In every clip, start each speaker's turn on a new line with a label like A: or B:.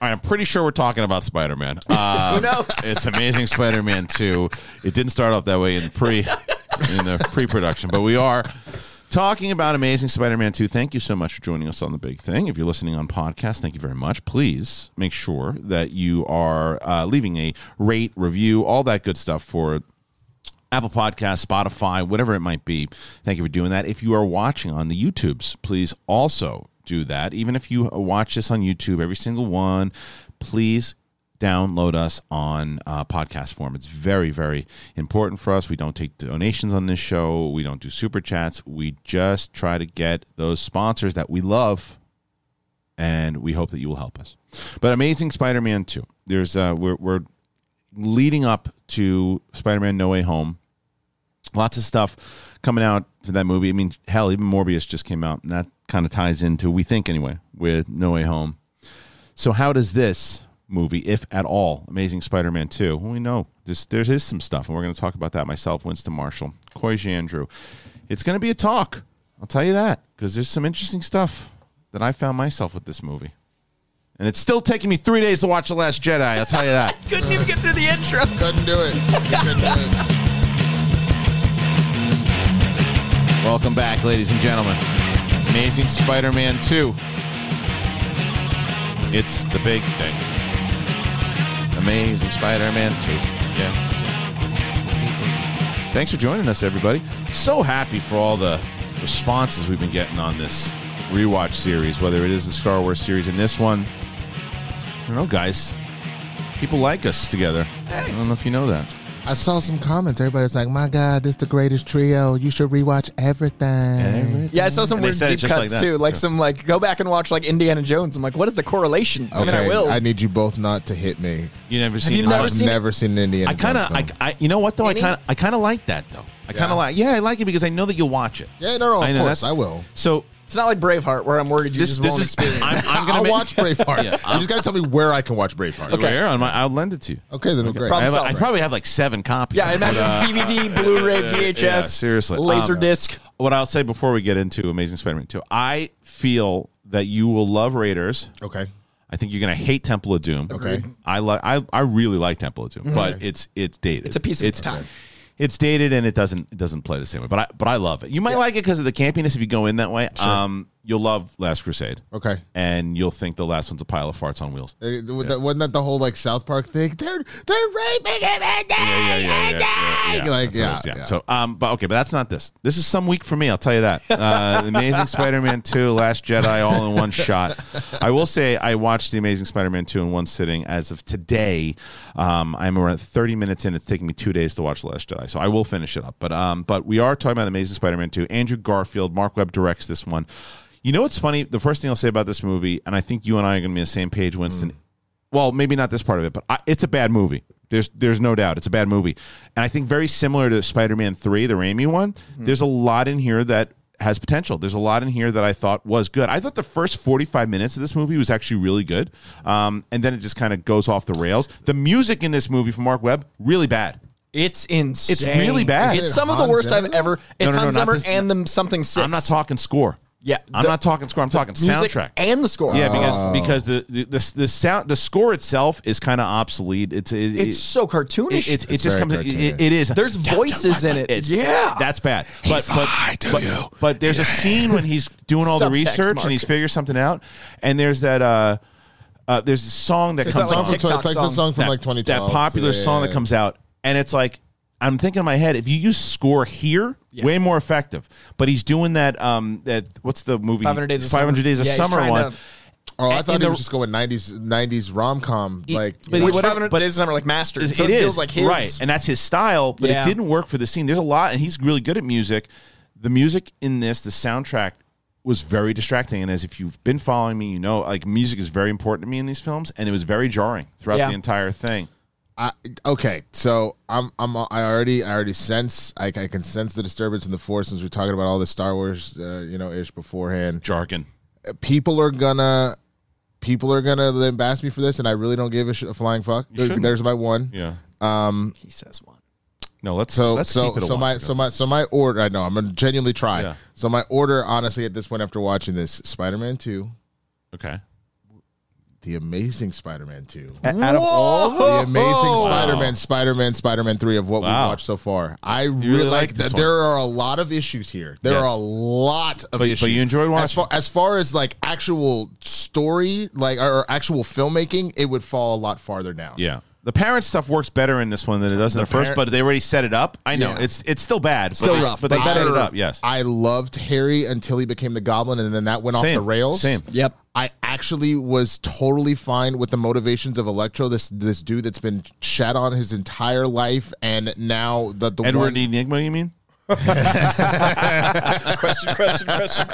A: All right, I'm pretty sure we're talking about Spider Man. Uh,
B: Who knows?
A: It's Amazing Spider Man 2. It didn't start off that way in the pre in the pre production, but we are talking about Amazing Spider Man 2. Thank you so much for joining us on the big thing. If you're listening on podcast, thank you very much. Please make sure that you are uh, leaving a rate, review, all that good stuff for Apple Podcasts, Spotify, whatever it might be. Thank you for doing that. If you are watching on the YouTubes, please also do that. Even if you watch this on YouTube, every single one, please download us on uh, podcast form. It's very, very important for us. We don't take donations on this show, we don't do super chats. We just try to get those sponsors that we love and we hope that you will help us. But Amazing Spider-Man two, there's uh, we're we're leading up to Spider-Man No Way Home. Lots of stuff coming out to that movie. I mean, hell, even Morbius just came out, and that kind of ties into we think anyway with No Way Home. So how does this movie, if at all, Amazing Spider-Man 2? Well, we know this, there is some stuff, and we're going to talk about that myself, Winston Marshall, Koichi Andrew. It's going to be a talk. I'll tell you that because there's some interesting stuff that I found myself with this movie. And it's still taking me three days to watch The Last Jedi. I'll tell you that.
C: Couldn't even get through the intro.
B: Couldn't do it. Couldn't do it.
A: Welcome back, ladies and gentlemen. Amazing Spider Man 2. It's the big thing. Amazing Spider Man 2. Yeah. Thanks for joining us, everybody. So happy for all the responses we've been getting on this rewatch series, whether it is the Star Wars series and this one. I don't know, guys. People like us together. I don't know if you know that.
B: I saw some comments. Everybody's like, "My God, this is the greatest trio. You should rewatch everything."
A: Everything.
C: Yeah, I saw some
A: And they
C: weird
A: said it
C: deep
A: just
C: cuts
A: like that.
C: too. Like
A: Yeah.
C: some like go back and watch like Indiana Jones. I'm like, what is the correlation? I mean, I will.
B: need you both not to hit me.
A: You never seen
C: you never
B: I've
C: seen it?
B: never seen an Indiana
A: I kind of,
B: Jones film.
A: I, I, you know what though?
C: Any?
A: I kind of, I kind of like that though. I kind
B: Yeah.
A: of like, yeah, I like it because I know that you'll watch it.
B: yeah, no, no, of
A: I know
B: course
A: that's-
B: I will.
A: So
C: it's not like Braveheart where I'm worried you
A: this,
C: just
A: this
C: won't
A: is,
C: experience.
A: I'm, I'm gonna
B: I'll
A: make-
B: watch Braveheart.
A: Yeah,
B: you just got to tell me where I can watch Braveheart.
C: Okay.
A: Where on my? I'll lend it to you.
B: Okay, then great.
A: I,
C: Problem
A: have, I
C: solved.
A: probably have like seven copies. uh,
C: yeah, I imagine DVD, Blu-ray, VHS,
A: Yeah, seriously.
C: laser
A: Um,
C: disc.
A: What I'll say before we get into Amazing Spider-Man Two, I feel that you will love Raiders.
B: Okay. Uh,
A: I think you're gonna hate Temple of Doom.
B: Okay. Mm-hmm.
A: I like I, I really like Temple of Doom, but it's it's dated.
C: It's a piece of its time.
A: It's dated and it doesn't it doesn't play the same way. But I but I love it. You might like it because of the campiness if you go in that way. Um, you'll love Last Crusade.
B: Okay.
A: And you'll think the last one's a pile of farts on wheels.
B: Uh, that- Wasn't that the whole like South Park thing? They're they're raping him and
A: yeah,
B: dying
A: yeah, yeah,
B: and
A: yeah, yeah.
B: dying. Like
A: That's what it
B: yeah,
A: is,
B: yeah.
A: So, um, but okay, but that's not this. This is some week for me. I'll tell you that. Uh, Amazing Spider-Man Two, Last Jedi, all in one shot. I will say I watched the Amazing Spider-Man Two in one sitting as of today. Um, I'm around 30 minutes in. It's taking me two days to watch The Last Jedi, so I will finish it up. But um, but we are talking about Amazing Spider-Man Two. Andrew Garfield, Mark Webb directs this one. You know what's funny? The first thing I'll say about this movie, and I think you and I are going to be on the same page, Winston well, maybe not this part of it, but I, it's a bad movie. There's there's no doubt it's a bad movie, and I think very similar to Spider-Man Three, the Raimi one.
C: Mm-hmm.
A: There's a lot in here that has potential. There's a lot in here that I thought was good. I thought the first 45 minutes of this movie was actually really good, um, and then it just kind of goes off the rails. The music in this movie from Mark Webb really bad.
C: It's insane.
A: really bad.
C: It's some of the
B: Hans
C: worst
B: Zimmer?
C: I've ever. It's
A: no, no,
C: Hans
A: not
C: Zimmer
A: this-
C: and them something six.
A: I'm not talking score.
C: Yeah,
A: I'm
C: the-
A: not talking score. I'm talking
C: music
A: soundtrack
C: and the score.
A: Yeah, because because the, the the the sound the score itself is kind of obsolete. It's it, it-
C: it's so cartoonish.
A: It, it, it just
B: very
A: comes. It,
B: cartoonish.
A: it is.
C: There's voices in it.
A: It's-
C: Yeah.
A: that's bad. But but
B: lied to
A: but,
B: you.
A: but there's a scene when he's doing all the
C: Subtext
A: research
C: mark.
A: and he's figured something out, and there's that uh, uh there's a song that
C: Is
A: comes
C: that
A: on
C: like
B: Song
C: TikTok
B: from tw- it's like the
C: song?
B: song from
A: that,
B: like 2012.
A: that popular
B: Yeah,
A: song that
B: yeah.
A: comes out, and it's like I'm thinking in my head, if you use score here, way more effective. But he's doing that um that what's the movie
C: 500 Days of
A: 500
C: Summer.
A: Days of
C: Yeah, he's
A: Summer
C: trying
A: one.
C: to-
B: Oh, I
A: And
B: thought he
A: the-
B: was just going 90s 90s rom com like.
C: but
B: you know,
C: he,
A: whatever-
C: whatever,
A: but-
C: but it's not like mastered.
A: It is
C: so it, feels like his.
A: right, and that's his style. But
C: Yeah.
A: it didn't work for the scene. There's a lot, and he's really good at music. The music in this, the soundtrack was very distracting. And as if you've been following me, you know, like music is very important to me in these films, and it was very jarring throughout
C: Yeah.
A: the entire thing.
B: I, okay, so I'm I'm I already I already sense I, I can sense the disturbance in the force since we're talking about all the Star Wars uh, you know ish beforehand.
A: Jargon.
B: people are gonna people are gonna then bash me for this, and I really don't give a, sh- a flying fuck. There-
A: shouldn't.
B: there's my one.
A: Yeah.
C: he says one.
A: No, let's
B: So
A: let's
B: so
A: keep it
B: so
A: a
B: my
A: walk.
B: so my so my order. I know I'm gonna genuinely try.
A: Yeah.
B: So my order, honestly, at this point after watching this, Spider-Man Two,
A: okay.
B: The Amazing Spider-Man Two.
D: A- Out of all,
B: The Amazing
A: Oh, Wow.
B: Spider-Man, Spider-Man, Spider-Man Three of what
A: Wow.
B: we've watched so far. I
A: really
B: really,
A: like
B: like
A: this
B: that.
A: one.
B: There are a lot of issues here. There
A: Yes.
B: are a lot of
A: But- but
B: issues.
A: you enjoyed
B: As
A: watching.
B: far, as far as like actual story, like or, or actual filmmaking, it would fall a lot farther down.
A: Yeah. The parent stuff works better in this one than it does in the, first,
B: parent-
A: but they already set it up. I know
B: Yeah.
A: it's it's still bad,
B: Still
A: but they,
B: rough,
A: but they
B: but
A: set
B: better.
A: it up. Yes,
B: I loved Harry until he became the Goblin, and then that went
A: Same.
B: off the rails.
A: Same.
C: Yep.
B: I actually was totally fine with the motivations of Electro, this this dude that's been shat on his entire life, and now the the
A: Edward
B: one,
A: Enigma. You mean?
C: question, question, question, question.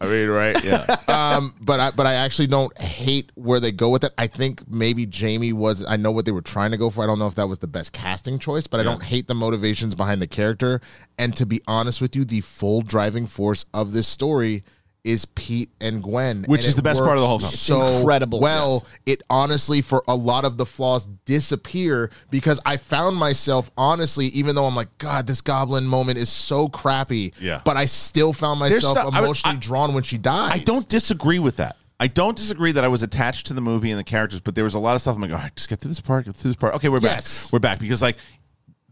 B: I mean, right? Yeah. um, but I but I actually don't hate where they go with it. I think maybe Jamie was. I know what they were trying to go for. I don't know if that was the best casting choice, but I don't hate the motivations behind the character. And to be honest with you, the full driving force of this story is Pete and Gwen,
A: Which
B: and
A: is
B: it
A: the best part of the whole
B: works
A: film.
B: So
C: incredible.
B: Well, it honestly for a lot of the flaws disappear because I found myself honestly, even though I'm like, God, this Goblin moment is so crappy.
A: Yeah.
B: But I still found myself
A: There's
B: myself
A: stuff- I would-
B: emotionally
A: I-
B: drawn when she dies.
A: I don't disagree with that. I don't disagree that I was attached to the movie and the characters, but there was a lot of stuff. I'm like, all right, just get through this part, get through this part. Okay, we're
B: Yes.
A: back. We're back because like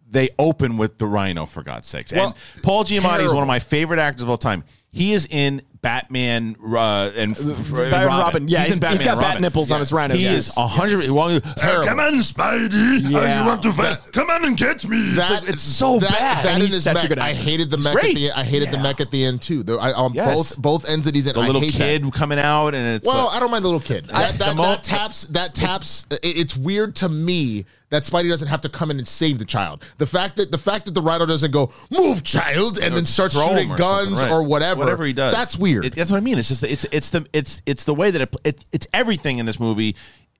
A: they open with the Rhino for God's sakes.
B: Well,
A: and Paul Giamatti is one
B: terrible.
A: of my favorite actors of all time. He is in Batman uh, and f- f-
C: Batman Robin. Yeah,
A: he's,
C: he's,
A: in Batman
C: he's got
A: and Robin.
C: bat nipples on his rhinos.
A: He
C: Yes.
A: is a hundred. well, uh,
B: Terrible.
A: Come on, Spidey!
C: Yeah.
A: Oh, you want to fight? Come on and catch me! It's like-
B: That
A: it's, so
B: that,
A: bad.
B: That
C: And
B: and
C: he's
B: his
C: such a
B: mech.
C: good
B: I
C: actor.
B: hated the
A: It's
B: mech
A: great.
B: at the end. I hated the mech at the end too. The, I, on
A: Yes.
B: both both ends of these, and
A: the
B: I
A: little
B: hate that.
A: kid coming out, and it's
B: Well,
A: like-
B: I don't mind the little kid. That, that,
A: the mo-
B: that taps. That taps. It, it's weird to me that Spidey doesn't have to come in and save the child. The fact that the fact that the Rhino doesn't go move child and
A: or
B: then
A: just
B: starts
A: throw him
B: shooting
A: or
B: guns
A: something, right.
B: or whatever,
A: whatever he does.
B: that's weird.
A: It- that's what I mean. It's just that it's it's the it's it's the way that it, it it's everything in this movie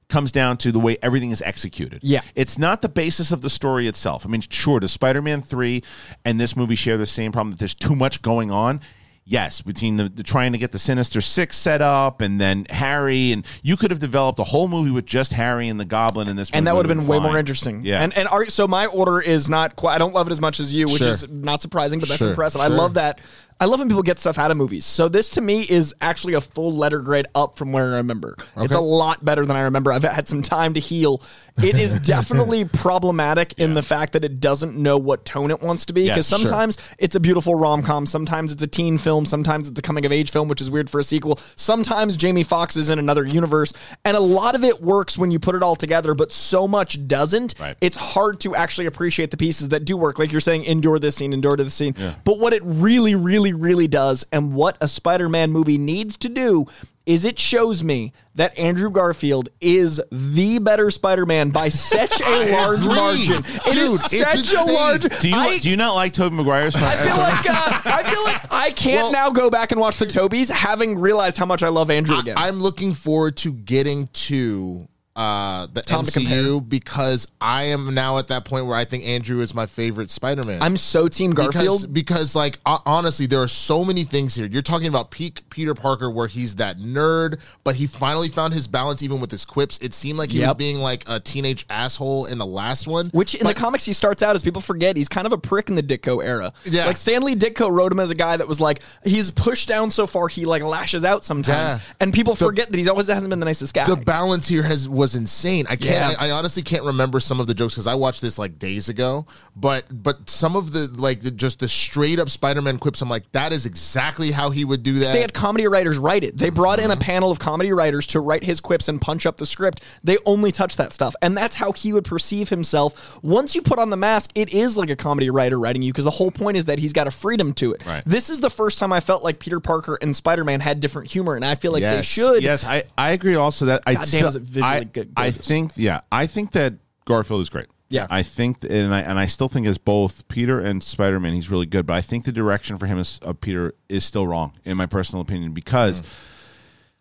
A: comes down to the way everything is executed.
C: Yeah.
A: it's not the basis of the story itself. I mean, sure, does Spider-Man three and this movie share the same problem that there's too much going on? Yes, between the, the trying to get the Sinister Six set up and then Harry, and you could have developed a whole movie with just Harry and the Goblin in this,
C: and
A: movie
C: that would have been way
A: fine.
C: more interesting.
A: Yeah,
C: And and are, so my order is not quite. I don't love it as much as you, which
B: Sure.
C: is not surprising, but that's
B: Sure,
C: impressive. I
B: sure.
C: love that. I love when people get stuff out of movies. So this to me is actually a full letter grade up from where I remember. It's a lot better than I remember. I've had some time to heal. It is definitely problematic in the fact that it doesn't know what tone it wants to be
A: Yes,
C: because
A: sure.
C: sometimes it's a beautiful rom com, sometimes it's a teen film, sometimes it's a coming of age film, which is weird for a sequel. Sometimes Jamie Foxx is in another universe, and a lot of it works when you put it all together, but so much doesn't.
A: Right.
C: It's hard to actually appreciate the pieces that do work. Like you're saying, endure this scene, endure to the scene. But what it really, really, really does, and what a Spider Man movie needs to do. Is it shows me that Andrew Garfield is the better Spider-Man by such a large
B: agree.
C: margin? It is
B: Dude, it's
C: such a
B: insane.
C: large.
A: do you
C: I-
A: do you not like Tobey Maguire's?
C: I feel like uh, I feel like I can't
B: Well-
C: now go back and watch the Tobys, having realized how much I love Andrew again.
B: I, am looking forward to getting to uh, the
C: Tom to compare.
B: MCU because I am now at that point where I think Andrew is my favorite Spider-Man.
C: I'm so Team Garfield.
B: Because, because like ho- honestly, there are so many things here. You're talking about peak Peter Parker, where he's that nerd, but he finally found his balance even with his quips. It seemed like he was
C: Yep.
B: being like a teenage asshole in the last one,
C: which in
B: But-
C: the comics he starts out as people forget he's kind of a prick in the Ditko era.
B: Yeah.
C: Like Stanley Ditko wrote him as a guy that was like he's pushed down so far he like lashes out sometimes,
B: Yeah.
C: and people forget that he's always hasn't been the nicest guy.
B: the balance here has was insane. I can't.
C: Yeah.
B: I, I honestly can't remember some of the jokes because I watched this like days ago. But but some of the like the, just the straight up Spider Man quips. I'm like, that is exactly how he would do that.
C: they had comedy writers write it. They brought
B: Mm-hmm.
C: in a panel of comedy writers to write his quips and punch up the script. They only touch that stuff. And that's how he would perceive himself. Once you put on the mask, it is like a comedy writer writing you because the whole point is that he's got a freedom to it.
A: Right.
C: This is the first time I felt like Peter Parker and Spider Man had different humor, and I feel like they
B: Yes.
C: should.
A: Yes, I, I agree also that I
C: God damn, is it visually
A: I,
C: good-
A: I
C: gorgeous.
A: think yeah, I think that Garfield is great.
C: Yeah.
A: I think th- and I and I still think as both Peter and Spider-Man he's really good, but I think the direction for him as of Peter is still wrong in my personal opinion because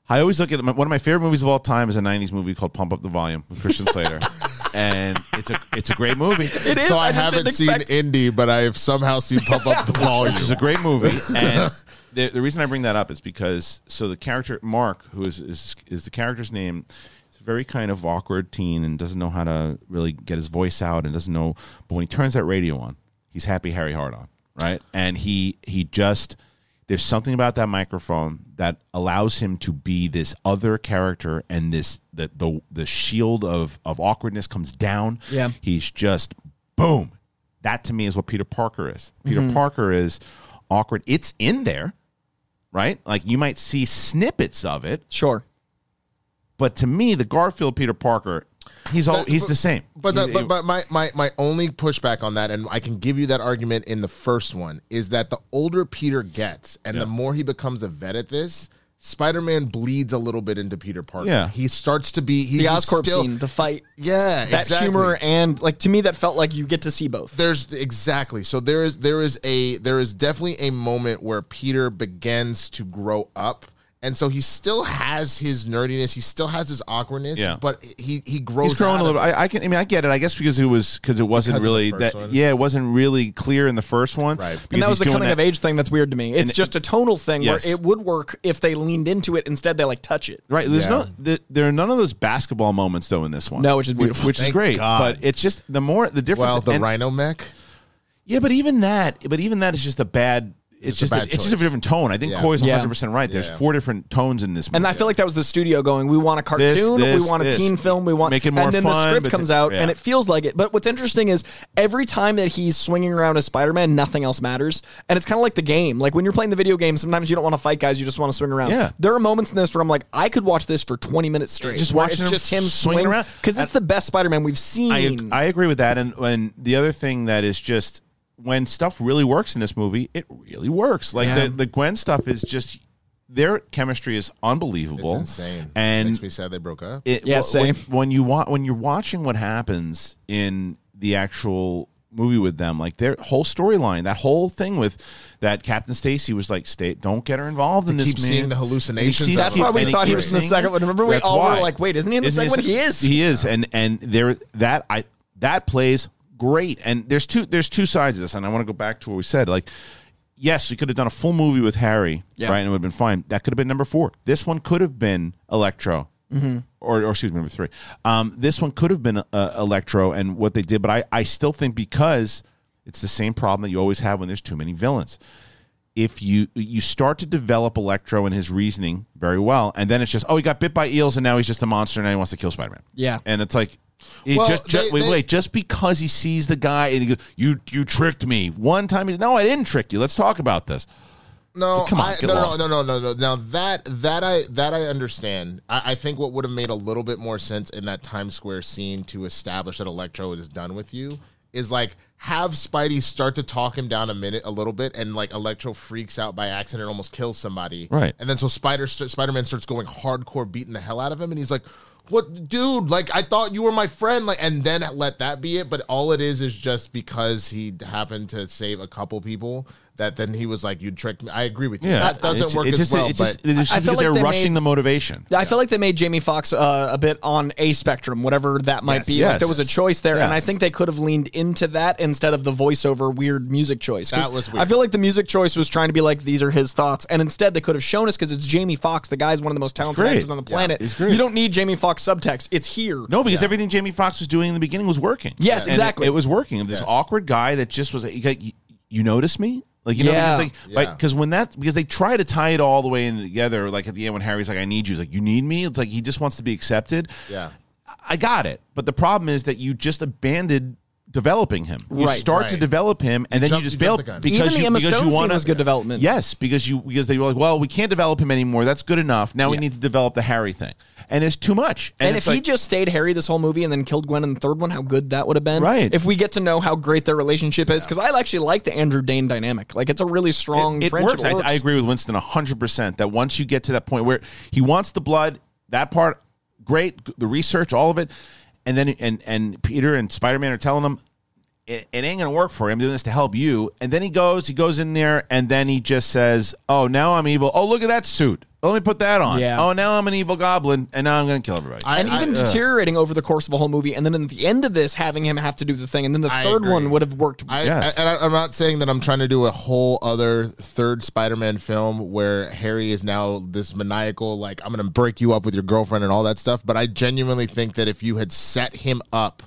A: I always look at my, one of my favorite movies of all time is a '90s movie called Pump Up the Volume with Christian Slater, and it's a it's a great movie.
C: It is.
B: so I,
C: I, just
B: haven't
C: didn't
B: seen
C: expect-
B: Indie, but I have somehow seen pump up the volume.
A: It's a great movie, and the, the reason I bring that up is because so the character Mark, who is is, is the character's name, is a very kind of awkward teen and doesn't know how to really get his voice out and doesn't know. But when he turns that radio on, he's happy Harry Hard on, right? And he he just There's something about that microphone that allows him to be this other character, and this the the, the shield of of awkwardness comes down.
C: Yeah.
A: he's just boom. That to me is what Peter Parker is. Peter
B: Mm-hmm.
A: Parker is awkward. It's in there, right? Like you might see snippets of it,
C: Sure.
A: but to me, the Garfield Peter Parker, he's all
B: But-
A: he's
B: but-
A: the same.
B: But, the,
A: He's-
B: but but my, my my only pushback on that, and I can give you that argument in the first one, is that the older Peter gets, and the more he becomes a vet at this, Spider Man bleeds a little bit into Peter Parker.
A: Yeah.
B: he starts to be he,
C: The
B: he's
C: Oscorp
B: still-
C: scene, the fight,
B: Yeah,
C: that
B: exactly.
C: humor, and like to me, that felt like you get to see both.
B: There's exactly so there is there is a there is definitely a moment where Peter begins to grow up. And so he still has his nerdiness. He still has his awkwardness,
A: Yeah.
B: but he he grows.
A: he's growing
B: out
A: a
B: of
A: little.
B: it.
A: I, I can. I mean, I get it. I guess because it was because it wasn't
B: Because of the
A: really
B: first
A: that.
B: one.
A: Yeah, it wasn't really clear in the first one.
B: Right.
A: because
C: and that was
A: he's
C: the
A: doing
C: coming
A: that-
C: of age thing that's weird to me. It's just a tonal thing
A: Yes.
C: where it would work if they leaned into it. Instead, they like touch it.
A: Right. There's
B: Yeah.
A: no. th- There are none of those basketball moments though in this one.
C: No, which is beautiful.
A: Which, is
B: Thank
A: great.
B: God.
A: But it's just the more the difference.
B: Well, the
A: and-
B: Rhino Mech.
A: Yeah, but even that. But even that is just a bad. It's,
B: It's a
A: just a
B: bad
A: it's just a
B: choice.
A: different tone. I think
B: Yeah.
A: Corey's
C: Yeah.
A: 100 percent right. There's
B: Yeah.
A: four different tones in this. Movie.
C: And I feel like that was the studio going, we want a cartoon,
A: this,
C: we want a
A: this.
C: teen film, we want
A: Make it more
C: And then
A: fun,
C: the script
A: but
C: comes
A: th-
C: out
A: yeah.
C: and it feels like it. But what's interesting is every time that he's swinging around as Spider-Man, nothing else matters. And it's kind of like the game. Like when you're playing the video game, sometimes you don't want to fight guys, you just want to swing around.
A: Yeah.
C: There are moments in this where I'm like, I could watch this for 20 minutes straight.
A: Just
C: where
A: watching him
C: it's just him
A: swing
C: swing
A: around.
C: because it's the best Spider-Man we've seen.
A: I, I agree with that. And and the other thing that is just when stuff really works in this movie, it really works. Like the, the Gwen stuff is just their chemistry is unbelievable.
B: It's insane.
A: And
B: makes me sad they broke up.
A: it,
C: Yeah,
A: wh- when,
C: same.
A: when you wa- when you're watching what happens in the actual movie with them, like their whole storyline, that whole thing with that Captain Stacy was like, "Stay, don't get her involved in this."
B: keep
A: man.
B: seeing the hallucinations
A: And he sees-
B: of
C: That's why
B: it.
A: and
C: we thought he was in the
A: keeps
C: second
A: seeing
C: one.
A: it.
C: Remember, we
A: That's
C: all
A: why.
C: were like, "Wait, isn't he in the
A: Isn't
C: second one?" He is.
A: He is, and and there that I that plays great. And there's two there's two sides of this, and I want to go back to what we said. Like, yes, we could have done a full movie with Harry,
C: Yeah.
A: right, and it would have been fine. That could have been number four. This one could have been Electro. Or, or excuse me, number three. Um, this one could have been uh, Electro and what they did, but I, I still think because it's the same problem that you always have when there's too many villains if you you start to develop Electro and his reasoning very well, and then it's just oh he got bit by eels and now he's just a monster and now he wants to kill Spider Man.
C: Yeah.
A: and it's like. It
B: Well,
A: just, just
B: they-
A: wait,
B: they-
A: wait, just because he sees the guy and he goes, "You, you tricked me." One time, he's no, I didn't trick you. Let's talk about this.
B: No,
A: So come on,
B: I,
A: get
B: no, no,
A: lost.
B: no, no, no, no. Now that that I that I understand. I, I think what would have made a little bit more sense in that Times Square scene to establish that Electro is done with you is like have Spidey start to talk him down a minute, a little bit, and like Electro freaks out by accident and almost kills somebody.
A: Right.
B: and then so Spider Spider Man starts going hardcore, beating the hell out of him, and he's like. What dude? Like I thought you were my friend. Like and then let that be it. But all it is is just because he happened to save a couple people that then he was like, "You tricked me." I agree with you. that doesn't
A: It's-
B: work
A: it's
B: as
A: just-
B: well.
A: it's
B: but
A: just, it's just
C: I- I feel
A: because
C: like
A: they're
C: they
A: rushing
C: made-
A: the motivation.
C: I feel like they made Jamie Foxx uh, a bit on a spectrum, whatever that might
B: Yes.
C: be.
A: Yes.
C: Like there was a choice there, and I
A: Yes.
C: think they could have leaned into that instead of the voiceover weird music choice. 'Cause
B: That was
C: I
B: weird.
C: feel like the music choice was trying to be like these are his thoughts, and instead they could have shown us because it's Jamie Foxx. The guy's one of the most talented
A: great.
C: actors on the
A: Yeah,
C: planet.
A: he's great.
C: you don't need Jamie Foxx subtext. It's here.
A: No, because everything Jamie Foxx was doing in the beginning was working.
C: Yes,
A: And it-
C: exactly.
A: It, was working. This
B: Yes.
A: awkward guy that just was like, you, you notice me? Like you know,
C: Yeah.
A: because like,
B: Yeah.
A: like, 'cause when that because they try to tie it all the way in together. Like at the end when Harry's like, "I need you," he's like, "You need me." It's like he just wants to be accepted.
B: Yeah.
A: I got it, but the problem is that you just abandoned developing him. You
C: Right.
A: start to
B: Right.
A: develop him, and then
B: jumped-
A: you just
B: you
A: bail
B: jumped the gun.
A: because
C: Even the
A: you,
C: Emma
A: because
C: Stone
A: you
C: scene
A: want
C: was good development.
A: Yes, because you because they were like, well, we can't develop him anymore. That's good enough. Now we need to develop the Harry thing, and it's too much.
C: And,
A: it's
C: if he
A: like-
C: just stayed Harry this whole movie and then killed Gwen in the third one, how good that would have been.
A: Right.
C: If we get to know how great their relationship is, because I actually like the Andrew Dane dynamic. Like it's a really strong
A: it, it
C: friendship.
A: works. I, I agree with Winston 100% that once you get to that point where he wants the blood, that part, great, g- the research, all of it. And then, and, and Peter and Spider Man are telling him, it, it ain't going to work for you. I'm doing this to help you. And then he goes, he goes in there, and then he just says, Oh, now I'm evil. Oh, look at that suit. Let me put that on.
C: Yeah.
A: Oh, now I'm an evil goblin, and now I'm going to kill everybody.
B: I-
C: and
B: I-
C: even
B: uh,
C: deteriorating over the course of a whole movie, and then at the end of this, having him have to do the thing, and then the
B: I
C: third
B: agree.
C: one would have worked.
B: I,
A: Yes.
B: I- and I, I'm not saying that I'm trying to do a whole other third Spider-Man film where Harry is now this maniacal, like I'm gonna break you up with your girlfriend and all that stuff. But I genuinely think that if you had set him up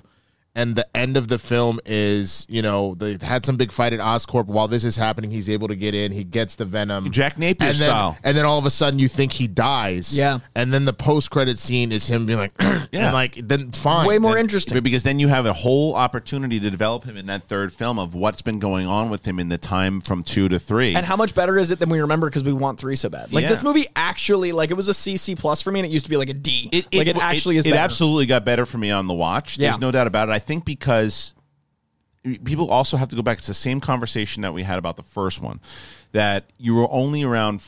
B: and the end of the film is you know they had some big fight at Oscorp. While this is happening, he's able to get in. He gets the venom,
A: Jack Napier
B: and then,
A: style.
B: And then all of a sudden, you think he dies.
C: Yeah.
B: And then the post credit scene is him being like,
A: Yeah.
B: and like then fine,
C: Way more
B: Then-
C: interesting.
A: But because then you have a whole opportunity to develop him in that third film of what's been going on with him in the time from two to three.
C: And how much better is it than we remember because we want three so bad? Like
A: Yeah.
C: this movie actually, like it was a CC plus for me, and it used to be like a D.
A: it,
C: like it actually is.
A: It
C: better.
A: absolutely got better for me on the watch.
C: Yeah.
A: There's no doubt about it. I think because people also have to go back. It's the same conversation that we had about the first one, that you were only around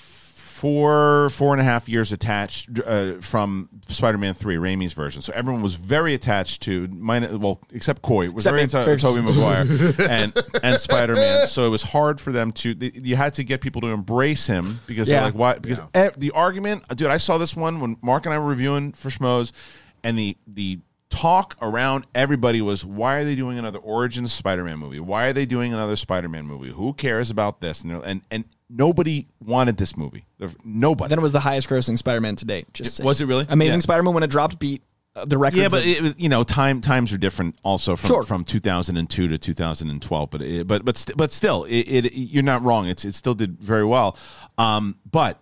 A: four four and a half years attached uh, from Spider-Man Three, Raimi's version. So everyone was very attached to mine. Well, except Coy was
C: Except
A: very
C: me.
A: attached
C: Very-
A: to Tobey Maguire and and Spider-Man. So it was hard for them to. they- You had to get people to embrace him because
C: Yeah.
A: they're like, why? Because ev- the argument, dude, I saw this one when Mark and I were reviewing for Schmoes, and the the talk around everybody was, why are they doing another Origins Spider-Man movie? Why are they doing another Spider-Man movie? Who cares about this? And they're- and and nobody wanted this movie. There- Nobody.
C: Then it was the highest grossing Spider Man to date. Just saying.
A: was it really?
C: Amazing
A: Yeah.
C: Spider Man when it dropped beat uh, the record.
A: yeah, but it, was- you know, time times are different also from
C: Sure.
A: from 2002 to 2012. But it, but but st- but still, it, it you're not wrong. It's it still did very well. Um, but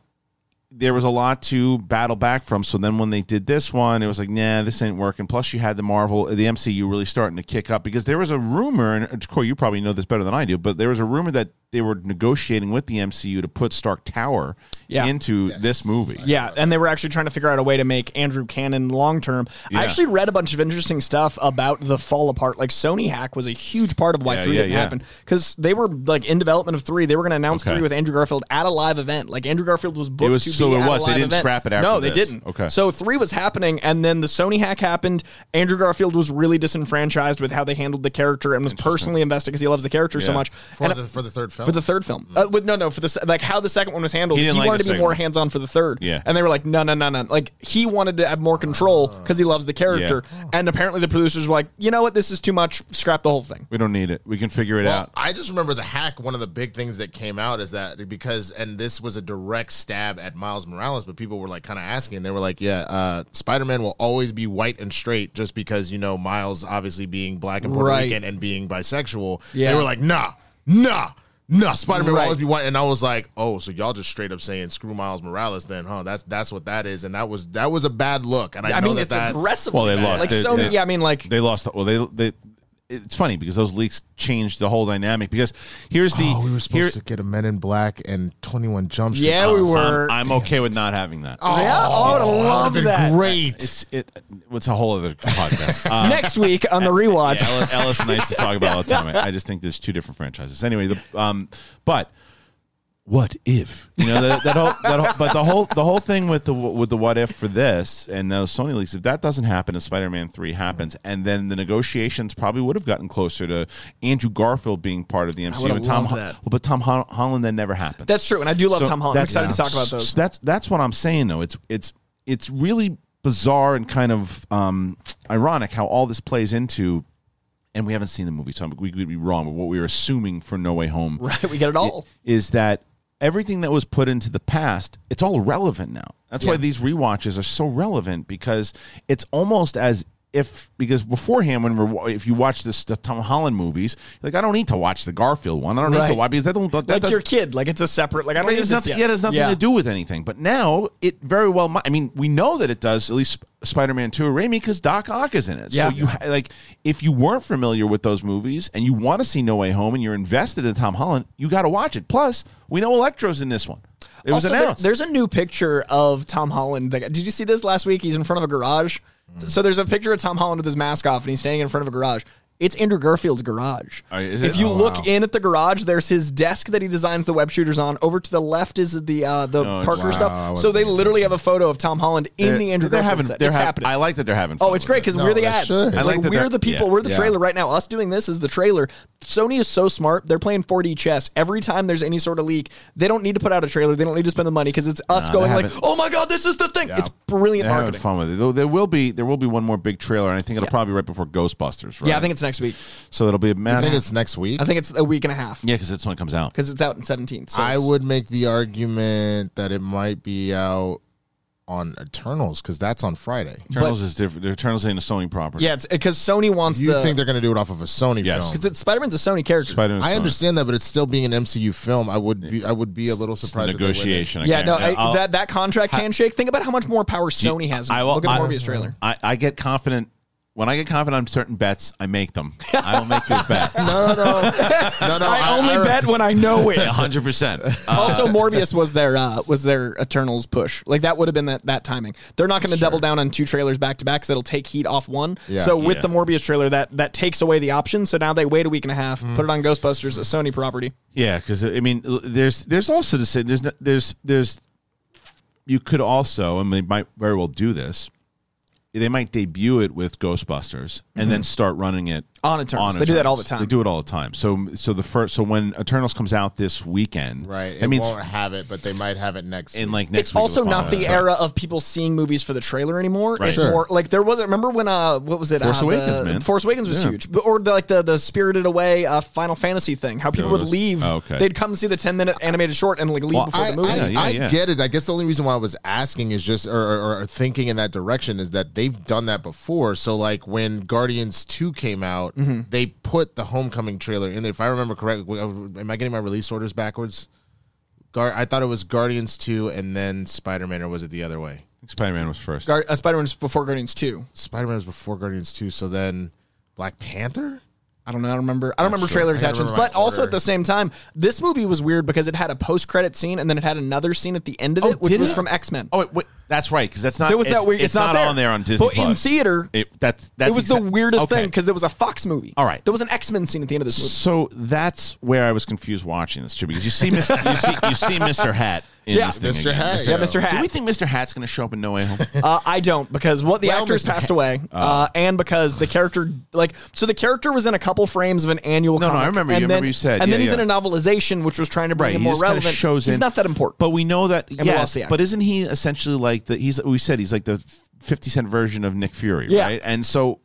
A: there was a lot to battle back from. So then when they did this one, it was like, nah, this ain't working. Plus, you had the Marvel, the MCU really starting to kick up because there was a rumor, and Corey, you probably know this better than I do, but there was a rumor that they were negotiating with the MCU to put Stark Tower
C: Yeah.
A: into this movie.
C: Yeah, and they were actually trying to figure out a way to make Andrew Cannon long term. I
A: Yeah.
C: actually read a bunch of interesting stuff about the fall apart. Like Sony hack was a huge part of why
A: Yeah,
C: three
A: yeah,
C: didn't
A: yeah.
C: happen because they were like in development of three. They were going to announce
A: Okay.
C: three with Andrew Garfield at a live event. Like Andrew Garfield was booked.
A: was-
C: to
A: so
C: be
A: it
C: at a
A: was. They
C: live
A: didn't
C: event.
A: scrap it after
C: No, they
A: this.
C: didn't.
A: Okay.
C: So three was happening, and then the Sony hack happened. Andrew Garfield was really disenfranchised with how they handled the character and was personally invested because he loves the character so
A: Yeah.
C: much.
B: for
C: And
B: the for the third film.
C: for the third film. Uh, with no, no, for the se- like how the second one was handled.
A: Mm-hmm. He
C: He,
A: didn't like
C: wanted
A: the
C: to be
A: second
C: more
A: one.
C: hands on for the third.
A: Yeah.
C: and they were like, no, no, no, no. Like he wanted to have more control
A: Ah.
C: because he loves the character. And apparently, the producers were like, you know what, this is too much. Scrap the whole thing.
A: We don't need it. We can figure it
B: Well,
A: out.
B: I just remember the hack. One of the big things that came out is that because, and this was a direct stab at Miles Morales, but people were like kind of asking. They were like, "Yeah, uh, Spider Man will always be white and straight, just because you know Miles obviously being black and Puerto
C: Right.
B: Rican and being bisexual."
C: Yeah.
B: They were like, "Nah, nah." nah. Spider Man
C: Right.
B: will always be white, and I was like, "Oh, so y'all just straight up saying screw Miles Morales, then, huh? That's that's what that is, and that was that was a bad look, and I,
C: I
B: know
C: mean,
B: that
C: it's
B: that
C: aggressive.
A: Well, they lost.
C: Like
A: They-
C: Sony.
A: they-
C: yeah, I mean, like
A: They lost. Well, they they. It's funny because those leaks changed the whole dynamic. Because here's the
B: oh, we were supposed
A: here-
B: to get a Men in Black and Twenty One Jump Street.
C: yeah, we
B: Oh,
C: were.
A: I'm, I'm okay with not having that.
C: yeah, oh, I would love
B: been
C: that.
B: Great.
A: It's it. It's a whole other podcast. Uh,
C: Next week on the rewatch.
A: yeah, Ellis, Ellis and I used to talk about all the time. I, I just think there's two different franchises. Anyway, the, um, but what if you know that, that whole that whole, but the whole the whole thing with the with the what if for this and those Sony leaks if that doesn't happen if Spider-Man 3 happens and then the negotiations probably would have gotten closer to Andrew Garfield being part of the MCU and Tom
C: loved
A: Ho-
C: that.
A: well but Tom Ho- Holland then never happened.
C: That's true, and I do love
A: So
C: Tom Holland. I'm excited to talk about
A: s-
C: those.
A: That's that's what I'm saying though. It's it's it's really bizarre and kind of um, ironic how all this plays into. And we haven't seen the movie, so I'm- we could be wrong. But what we are assuming for No Way Home
C: Right, we get it all.
A: is that everything that was put into the past, it's all relevant now. That's why these rewatches are so relevant because it's almost as if because beforehand when we're wa- if you watch this the Tom Holland movies, you're like I don't need to watch the Garfield one. I don't need to
C: Right.
A: watch because that don't that
C: like
A: doesn't-
C: your kid, like it's a separate. Like I don't
A: Right,
C: need
A: it's
C: this
A: nothing,
C: yet.
A: yeah, it has nothing
C: Yeah.
A: to do with anything. But now it very well. Might, I mean, we know that it does. At least Spider Man Two or Raimi because Doc Ock is in it.
C: Yeah.
A: So you ha- like if you weren't familiar with those movies and you want to see No Way Home and you're invested in Tom Holland, you got to watch it. Plus, we know Electro's in this one. It was
C: Also, there-
A: announced.
C: there's a new picture of Tom Holland. That, did you see this last week? He's in front of a garage.
A: Hmm.
C: So there's a picture of Tom Holland with his mask off, and he's standing in front of a garage. It's Andrew Garfield's garage.
A: Oh, is it?
C: if you
A: Oh,
C: look in at the garage, there's his desk that he designed the web shooters on. Over to the left is the uh, the
A: Oh,
C: Parker
B: wow, I
C: stuff.
B: wasn't
C: So they
B: paying
C: literally have a photo of Tom Holland in the Andrew
A: they're
C: Garfield
A: having.
C: set.
A: They're
C: it's
A: hav-
C: happening.
A: I like that they're having.
C: Oh,
A: fun
C: it's
A: with
C: great
A: it.
C: because
B: No,
C: we're the
B: they
C: ads.
B: should. I
A: like
C: like
A: that
C: we're
A: they're-
C: the people.
A: yeah.
C: We're the
B: Yeah.
C: trailer right now. Us doing this is the trailer. Sony is so smart. They're playing 4D chess. Every time there's any sort of leak, they don't need to put out a trailer. They don't need to spend the money because it's us going like,
A: haven't-
C: "Oh my god, this is the thing."
B: Yeah.
C: It's brilliant
A: They're having
C: marketing.
A: fun with it. Though There will be there will be one more big trailer, and I think it'll probably be right before Ghostbusters. Right?
C: Yeah, I think it's next week.
A: so. It'll be a
B: I think
A: massive.
B: it's next week.
C: I think it's a week and a half
A: Yeah, because this one comes out.
C: because it's out in 17th. So
B: I
C: it's-
B: would make the argument that it might be out on Eternals because that's on Friday.
A: Eternals is different. Eternals ain't a Sony property.
C: Yeah, it's because Sony wants
B: You
C: the
B: think they're going to do it off of a Sony
A: Yes.
B: film?
A: It's
C: because Spider Man's a Sony character.
A: Spider-Man's
B: I
A: Sony.
B: understand that, but it's still being an MCU film. I would be I would be a little
A: It's a
B: surprised. if they went in.
A: negotiation. I
C: yeah,
A: can't-
C: no, I,
A: I'll-
C: that that contract handshake. Think about how much more power Sony has.
A: I will-
C: Look at the
A: I-
C: Morbius trailer.
A: I, I get confident when I get confident on certain bets. I make them. I will make this bet.
B: No, no, no, no, no.
C: Oh, I only bet when I know it.
A: hundred percent.
C: also, Morbius was their uh, was their Eternals push. Like that would have been that that timing. They're not going to double down on two trailers back to back. That'll take heat off one.
B: Yeah.
C: so with
A: Yeah.
C: the Morbius trailer, that that takes away the option. So now they wait a week and a half,
B: Mm.
C: put it on Ghostbusters, a Sony property.
A: Yeah, because I mean, l- there's there's also the same. There's no- there's there's you could also, and they might very well do this. They might debut it with Ghostbusters and then start running it
C: Mm-hmm. On Eternals. They do that all the time.
A: They do it all the time. So so the first so when Eternals comes out this weekend,
B: Right. It
A: That means
B: won't have it, but they might have it next.
A: in
B: week.
A: like next.
C: it's
A: week
C: also
A: it'll
C: not
A: follow
C: the
A: that.
C: era of people seeing movies for the trailer anymore. It's
B: Sure.
C: more like there wasn't. Remember when uh, what was it?
A: Force
C: uh,
A: Awakens,
C: the-
A: man.
C: Force Awakens was
A: Yeah.
C: huge, But- or the, like the the Spirited Away uh, Final Fantasy thing. How people
A: There
C: would
A: was-
C: leave.
A: oh, okay.
C: They'd come see the ten minute animated short and like leave
A: Well,
C: before
B: I,
C: the movie.
B: I,
A: Yeah, yeah,
B: I
A: yeah.
B: get it. I guess the only reason why I was asking is just or, or, or thinking in that direction is that they've done that before. So like when Guardians Two came out,
C: Mm-hmm.
B: they put the Homecoming trailer in there. If I remember correctly, uh, am I getting my release orders backwards? Gar- I thought it was Guardians Two and then Spider Man, or was it the other way?
A: Spider Man was first.
C: Gar- uh, Spider Man's before Guardians two.
B: Spider Man was before Guardians Two, so then Black Panther.
C: I don't know. I don't remember. I don't remember
B: sure.
C: trailer
B: I gotta
C: attachments.
B: remember
C: But
B: my
C: also
B: order.
C: at the same time, this movie was weird because it had a post credit scene and then it had another scene at the end of it, which
A: Oh, did
C: was
A: it?
C: from X Men.
A: Oh, wait, wait, that's right. Because that's not.
C: There was that weird- it's not there.
A: on there on Disney.
C: But in
A: Plus.
C: theater,
A: it, that's that's
C: it was
A: exact-
C: the weirdest
A: okay.
C: thing because it was a Fox movie.
A: All right.
C: there was an X Men scene at the end of this movie.
A: So that's where I was confused watching this too, because you see, Mr. you see, you see Mr. Hat in
C: Yeah.
A: this thing.
B: Mr.
A: again.
B: Hat,
C: Yeah,
B: So-
C: Mr. Hat.
A: Do we think Mr. Hat's going to show up in No Way Home?
C: Uh, I don't because what the
B: Well,
C: actors
B: Mr.
C: passed away, uh, and because the character like so the character was in a couple frames of an annual.
A: No, no, I
C: comic,
A: remember
C: And
A: you- I
C: then,
A: remember you said,
C: and then
A: yeah,
C: he's
A: yeah.
C: in a novelization, which was trying to bring
A: right,
C: him
A: he
C: more
A: just kinda
C: relevant.
A: shows
C: he's
A: in.
C: not that important.
A: But we know that.
C: we lost
A: Yes,
C: the actor.
A: but isn't he essentially like the? He's we said he's like the Fifty Cent version of Nick Fury,
C: Yeah.
A: right? And so,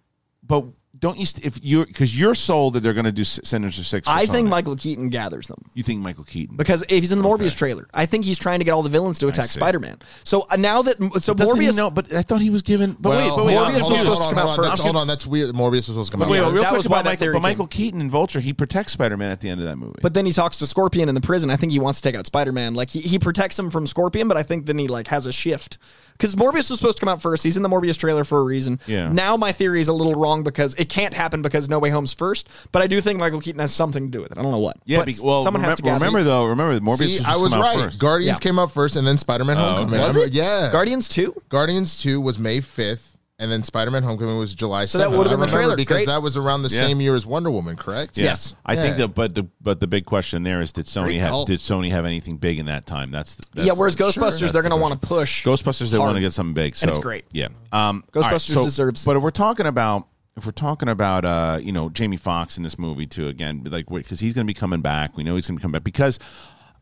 A: but don't you st- if you because you're sold that they're going to do S- Sinister Six. or
C: I
A: something.
C: think Michael Keaton gathers them.
A: you think Michael Keaton
C: Because if he's in the Morbius trailer, I think he's trying to get all the villains to attack
A: see.
C: Spider-Man. So uh, now that so
A: doesn't
C: Morbius,
A: he know? But I thought he was given. But
B: Well,
A: wait, but wait,
C: Morbius
A: I'm
C: was
B: hold on,
A: confused.
B: hold
C: supposed to
B: on,
C: come out
B: hold on,
C: first.
B: that's, hold on. That's weird. Morbius was supposed to come out.
A: Wait,
B: first.
A: wait, real
C: That
A: quick
C: was why
A: about
C: my
A: Michael,
C: theory
A: but
C: came
A: Michael Keaton in Vulture, he protects Spider-Man at the end of that movie.
C: but then he talks to Scorpion in the prison. I think he wants to take out Spider-Man. Like he, he protects him from Scorpion, but I think then he like has a shift because Morbius was supposed to come out first. He's in the Morbius trailer for a reason.
A: Yeah.
C: Now my theory is a little wrong because it can't happen because No Way Home's first. But I do think Michael Keaton has something to do with it. I don't know what.
A: yeah,
C: But
A: be, well,
C: someone
A: remember,
C: has to gather.
A: remember though, remember Morbius
B: See,
A: was
B: I
A: supposed to
B: was
A: come out
B: right.
A: first. Oh,
B: Guardians
C: Yeah.
B: came out first, and then Spider Man Homecoming.
A: okay.
B: I'm like, Yeah,
C: Guardians two.
B: Guardians 2 was May 5th, and then Spider Man Homecoming was July 7th.
C: that would've been
B: I
C: the
B: remember
C: trailer.
B: Because
C: Great.
B: that was around the
A: Yeah.
B: same year as Wonder Woman, correct?
A: Yeah.
C: Yes.
A: I think
B: Yeah.
A: that. But the but the big question there is, did Sony
C: Great call.
A: have did Sony have anything big in that time? That's, the, that's
C: yeah. Whereas
A: the-
C: Ghostbusters,
A: that's
C: they're
A: the
C: going to
A: question.
C: want to push.
A: Ghostbusters, they want to
C: hard.
A: get something big, so
C: And it's great.
A: Yeah, um, all
C: Ghostbusters deserves it.
A: But if we're talking about if we're talking about uh, you know Jamie Foxx in this movie too again, like because he's going to be coming back. We know he's going to come back because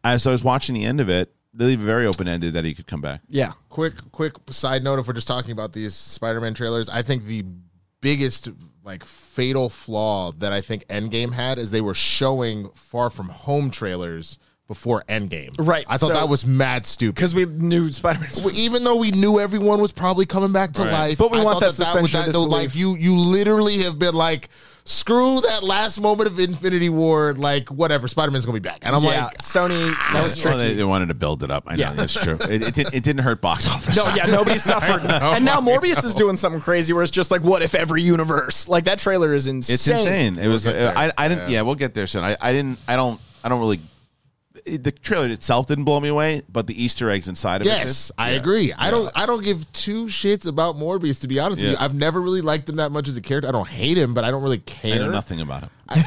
A: as I was watching the end of it, they leave it very open ended that he could come back.
C: Yeah.
B: Quick, quick side note if we're just talking about these Spider Man trailers, I think the biggest like fatal flaw that I think Endgame had is they were showing Far From Home trailers before Endgame.
C: Right,
B: I thought
C: so-
B: that was mad stupid.
C: Because we knew Spider-Man's
B: Well, even though we knew everyone was probably coming back to
A: Right.
B: life,
C: But we
B: I
C: want that
B: thought
C: suspension of
B: though,
C: disbelief.
B: like you, you literally have been like, screw that last moment of Infinity War, like whatever, Spider Man's gonna be back, and I'm
C: yeah.
B: like,
C: Sony. That was
A: Well,
C: tricky.
A: they, they wanted to build it up. I know
C: Yeah.
A: that's true. It, it, didn't- it didn't hurt box office.
C: No, yeah, nobody suffered. and now Morbius is doing something crazy where it's just like, what if every universe? Like that trailer is insane.
A: It's insane. It was. uh,
B: get there.
A: I, I didn't. Yeah. we'll get there soon. I, I didn't. I don't. I don't really. it- The trailer itself didn't blow me away, but the Easter eggs inside of it.
B: yes,
A: did.
B: I
A: Yeah.
B: agree. I don't, I don't give two shits about Morbius to be honest
A: Yeah.
B: with you. I've never really liked him that much as a character. I don't hate him, but I don't really care.
A: I know nothing about it.
B: I-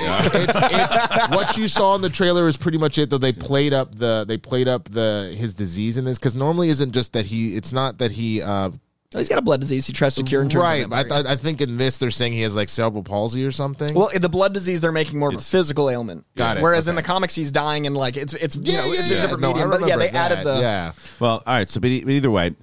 B: it's, it's what you saw in the trailer is pretty much it. Though they played up the they played up the his disease in this because normally isn't just that he. It's not that he. uh
C: Oh, He's got a blood disease he tries to cure and turn
B: right.
C: into
B: I,
C: memory.
B: I, I think in this they're saying he has like cerebral palsy or something.
C: well, the blood disease they're making more of a physical ailment.
B: Got it,
C: Whereas in
B: okay.
C: the comics he's dying and like it's it's you
B: yeah,
C: know,
B: yeah,
C: it's a
B: yeah.
C: different
B: No, I
C: medium. But yeah,
B: remember
C: they added
B: that.
C: the
B: yeah.
A: Well, all right. So, but, e- but either way,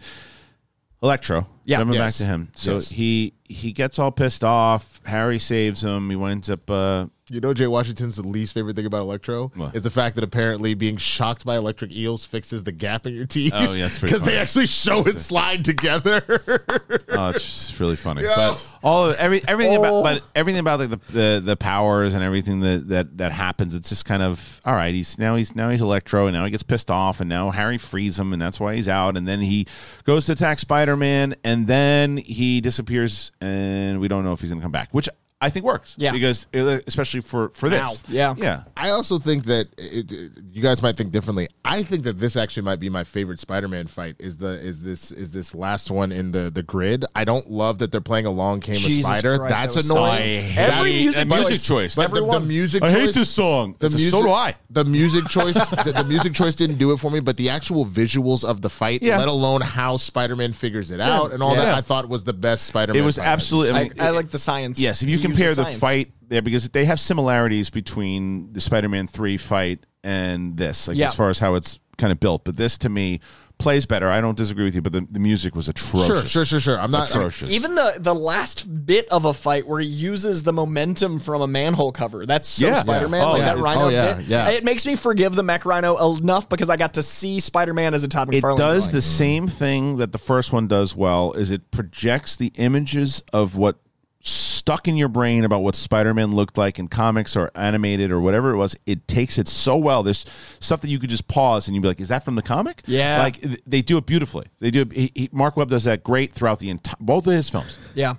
A: Electro.
C: Yeah.
A: Jumping back
B: Yes.
A: to him. So
B: Yes.
A: he he gets all pissed off. Harry saves him. He winds up. Uh,
B: You know, Jay Washington's the least favorite thing about Electro
A: What?
B: is the fact that apparently being shocked by electric eels fixes the gap in your teeth.
A: Oh, yeah, that's pretty
B: because
A: funny.
B: they actually show it slide together.
A: oh, it's just really funny.
B: Yeah.
A: But all of, every everything
B: Oh.
A: about but everything about like the, the the powers and everything that that that happens. It's just kind of all right. He's now he's now he's Electro, and now he gets pissed off, and now Harry frees him, and that's why he's out. And then he goes to attack Spider Man, and then he disappears, and we don't know if he's gonna come back, which. I think works,
C: Yeah.
A: Because uh, especially for for this,
C: Now. Yeah.
A: yeah.
B: I also think that it, it- you guys might think differently. I think that this actually might be my favorite Spider-Man fight. Is the is this is this last one in the the grid? I don't love that they're playing along came
C: Jesus
B: a spider.
C: Christ,
B: That's
C: that was
B: annoying.
C: so-
B: That's-
C: Every music
A: that music
C: choice.
A: choice,
B: But the, the
A: Everyone-
B: music.
A: I hate
B: choice-
A: this song.
B: The
A: It's a-
B: music,
A: so do I.
B: The music choice, the, the music choice didn't do it for me, but the actual visuals of the fight,
A: Yeah.
B: let alone how Spider-Man figures it out and all that,
A: Yeah.
B: I thought was the best Spider-Man.
A: It was
B: fight I've
A: absolutely.
B: seen.
A: I
C: I,
A: mean,
C: I like the science.
A: Yes, if you
C: use
A: compare the
C: science.
A: fight there, because they have similarities between the Spider-Man three fight and this, like
C: Yeah.
A: as far as how it's kind of built. But this, to me, plays better. I don't disagree with you, but the, the music was atrocious.
B: Sure, sure, sure, sure. I'm not.
A: atrocious.
C: Even the the last bit of a fight where he uses the momentum from a manhole cover. That's so
A: Yeah.
C: Spider-Man.
A: Yeah. Oh,
C: like
A: yeah.
C: that Rhino
B: Oh, yeah,
C: bit.
B: yeah.
C: It makes me forgive the Mech Rhino enough because I got to see Spider-Man as a Todd
A: it
C: McFarlane.
A: does
C: villain.
A: the same thing that the first one does well is it projects the images of what stuck in your brain about what spider-man looked like in comics or animated or whatever it was it takes it so well there's stuff that you could just pause and you'd be like is that from the comic
C: Yeah.
A: like th- they do it beautifully they do it, he, he- mark webb does that great throughout the entire both of his films
C: Yeah.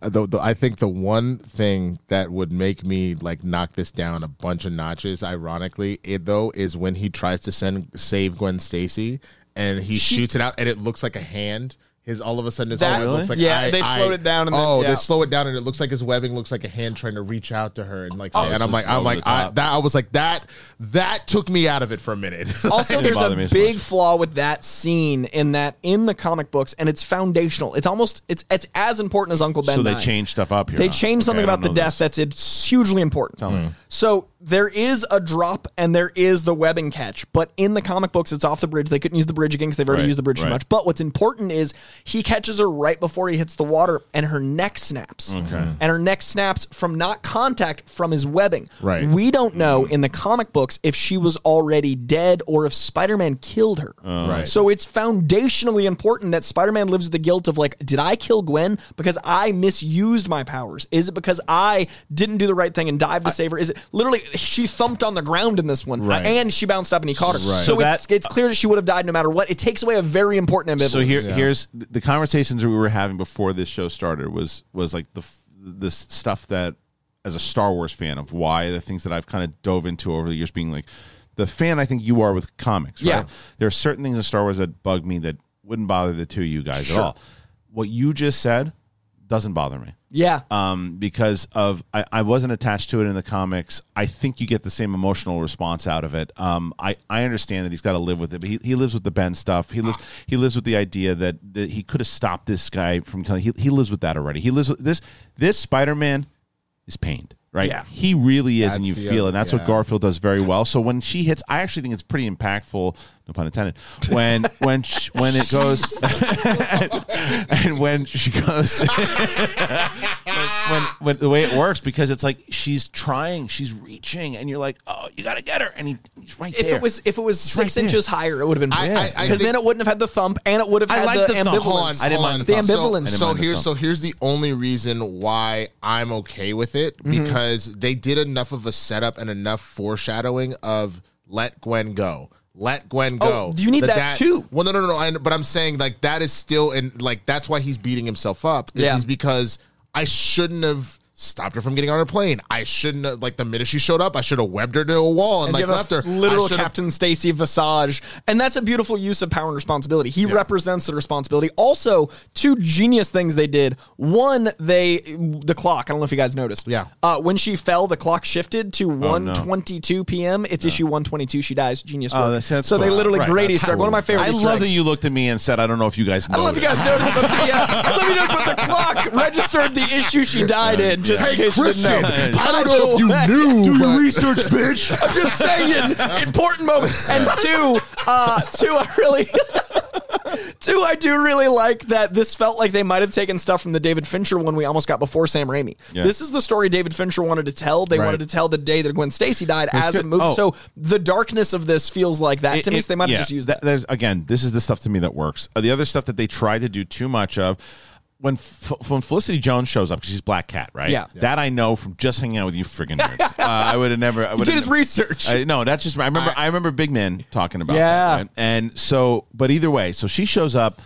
B: Uh, The, the, I think the one thing that would make me like knock this down a bunch of notches, ironically, it though, is when he tries to send save Gwen Stacy and he shoots it out and it looks like a hand. His all of a sudden his
C: That-
B: arm looks like
C: Yeah,
B: I-
C: they
B: I-
C: slowed it down and then-
B: oh
C: yeah.
B: they slow it down and it looks like his webbing looks like a hand trying to reach out to her and like
C: Oh,
B: say-
A: it's
B: and I'm
A: just
B: like I'm
A: over
B: like
A: the
B: I,
A: top.
B: that I was like that that took me out of it for a minute.
C: Also,
A: Didn't
C: there's
A: bother
C: a
A: me as
C: big
A: much.
C: flaw with that scene in that in the comic books, and it's foundational. It's almost it's it's as important as Uncle Ben.
A: so they
C: Nine.
A: change stuff up here
C: They
A: Huh.
C: changed
A: Okay,
C: something
A: I don't
C: about the
A: know
C: death
A: this.
C: that's it's hugely important.
B: Mm.
C: So there is a drop and there is the webbing catch, but in the comic books, it's off the bridge. They couldn't use the bridge again because they've already
A: Right,
C: used the bridge too
A: right.
C: much. But what's important is he catches her right before he hits the water, and her neck snaps.
B: Mm-hmm.
C: And her neck snaps from not contact from his webbing.
B: Right.
C: We don't know in the comic books if she was already dead or if Spider-Man killed her.
A: Oh,
B: Right.
C: So it's foundationally important that Spider-Man lives with the guilt of like, did I kill Gwen because I misused my powers? Is it because I didn't do the right thing and dived to save her? Is it literally she thumped on the ground in this one
A: Right.
C: and she bounced up and he caught her? So,
A: So
C: it's,
A: that-
C: it's clear that she would have died no matter what. It takes away a very important ambivalence.
A: So here,
B: Yeah.
A: here's the conversations that we were having before this show started was was like the f- this stuff that as a Star Wars fan of why the things that I've kind of dove into over the years being like the fan I think you are with comics. Right?
C: Yeah.
A: there are certain things in Star Wars that bug me that wouldn't bother the two of you guys
C: Sure.
A: at all. What you just said doesn't bother me
C: yeah.
A: um, because of I, I wasn't attached to it in the comics. I think you get the same emotional response out of it. Um, I, I understand that he's got to live with it, but he, he lives with the Ben stuff. He lives he lives with the idea that, that he could have stopped this guy from telling. He, he lives with that already. He lives with this this Spider Man is pained. Right,
C: Yeah.
A: he really is, and you
B: That's the
A: feel it. And that's
B: other-
A: what
B: yeah.
A: Garfield does very well. So when she hits, I actually think it's pretty impactful. No pun intended. When when sh- when it goes, and, and when she goes, when, when the way it works because it's like she's trying, she's reaching, and you're like, oh, you gotta get her, and he, he's right
C: if
A: there.
C: it was if it was
A: right
C: six
A: there.
C: inches higher, it would have been
B: I- I-
C: because
B: I think-
C: then it wouldn't have had the thump and it would have had
A: like
C: the,
A: the thump.
C: ambivalence.
B: Hold on,
A: I didn't
B: hold
A: mind
B: on.
A: the
C: thumb. The ambivalence. I
B: So,
A: didn't
B: so
A: mind the
B: here's
A: thumb.
B: so here's the only reason why I'm okay with it because they did enough of a setup and enough foreshadowing of let Gwen go. Let Gwen go.
C: you need that too.
B: Well, no, no, no. no. I, but I'm saying like that is still and like that's why he's beating himself up. Is
C: Yeah.
B: he's because I shouldn't have stopped her from getting on her plane. I shouldn't have like the minute she showed up, I should have webbed her to a wall and,
C: and
B: like left
C: give a
B: her. I
C: Literal
B: should have-
C: Captain Stacy visage, and that's a beautiful use of power and responsibility. He represents the responsibility. Also, two genius things they did. One, they the clock. I don't know if you guys noticed.
B: Yeah.
C: Uh, when she fell, the clock shifted
A: Oh,
C: to 1:22 p.m. It's issue 122. She dies. Genius. work.
A: Oh, that's- that's
C: so they
A: cool.
C: literally
A: Right,
C: great
A: that's
C: Easter egg. One of my favorite.
A: I
C: Easter
A: love that
C: eggs.
A: you looked at me and said, I don't know if you guys.
C: I don't know if you guys noticed, but uh, yeah, I don't know if you noticed, but the clock registered the issue she died in. Just in
B: Hey
C: case you
B: Christian,
C: didn't know.
B: I don't know if you knew. but-
A: research, bitch.
C: I'm just saying, important moment. And two, uh, two, I really. Two, I do really like that this felt like they might have taken stuff from the David Fincher one we almost got before Sam Raimi.
A: Yeah.
C: This is the story David Fincher wanted to tell. They
B: Right.
C: wanted to tell the day that Gwen Stacy died as
A: good.
C: it moved.
A: Oh.
C: So the darkness of this feels like that to me.
A: It-
C: so they might have
A: yeah,
C: just used that.
A: There's again, this is the stuff to me that works. Uh, The other stuff that they try to do too much of. When, F- when Felicity Jones shows up, 'cause she's Black Cat, right?
C: Yeah.
A: That I know from just hanging out with you friggin' nerds. uh, I would have never. I
C: He
A: would've
C: did his
A: never-
C: research.
A: I, no, that's just I remember. I, remember Big Man talking about.
C: Yeah.
A: that, right? and so, but either way, so she shows up,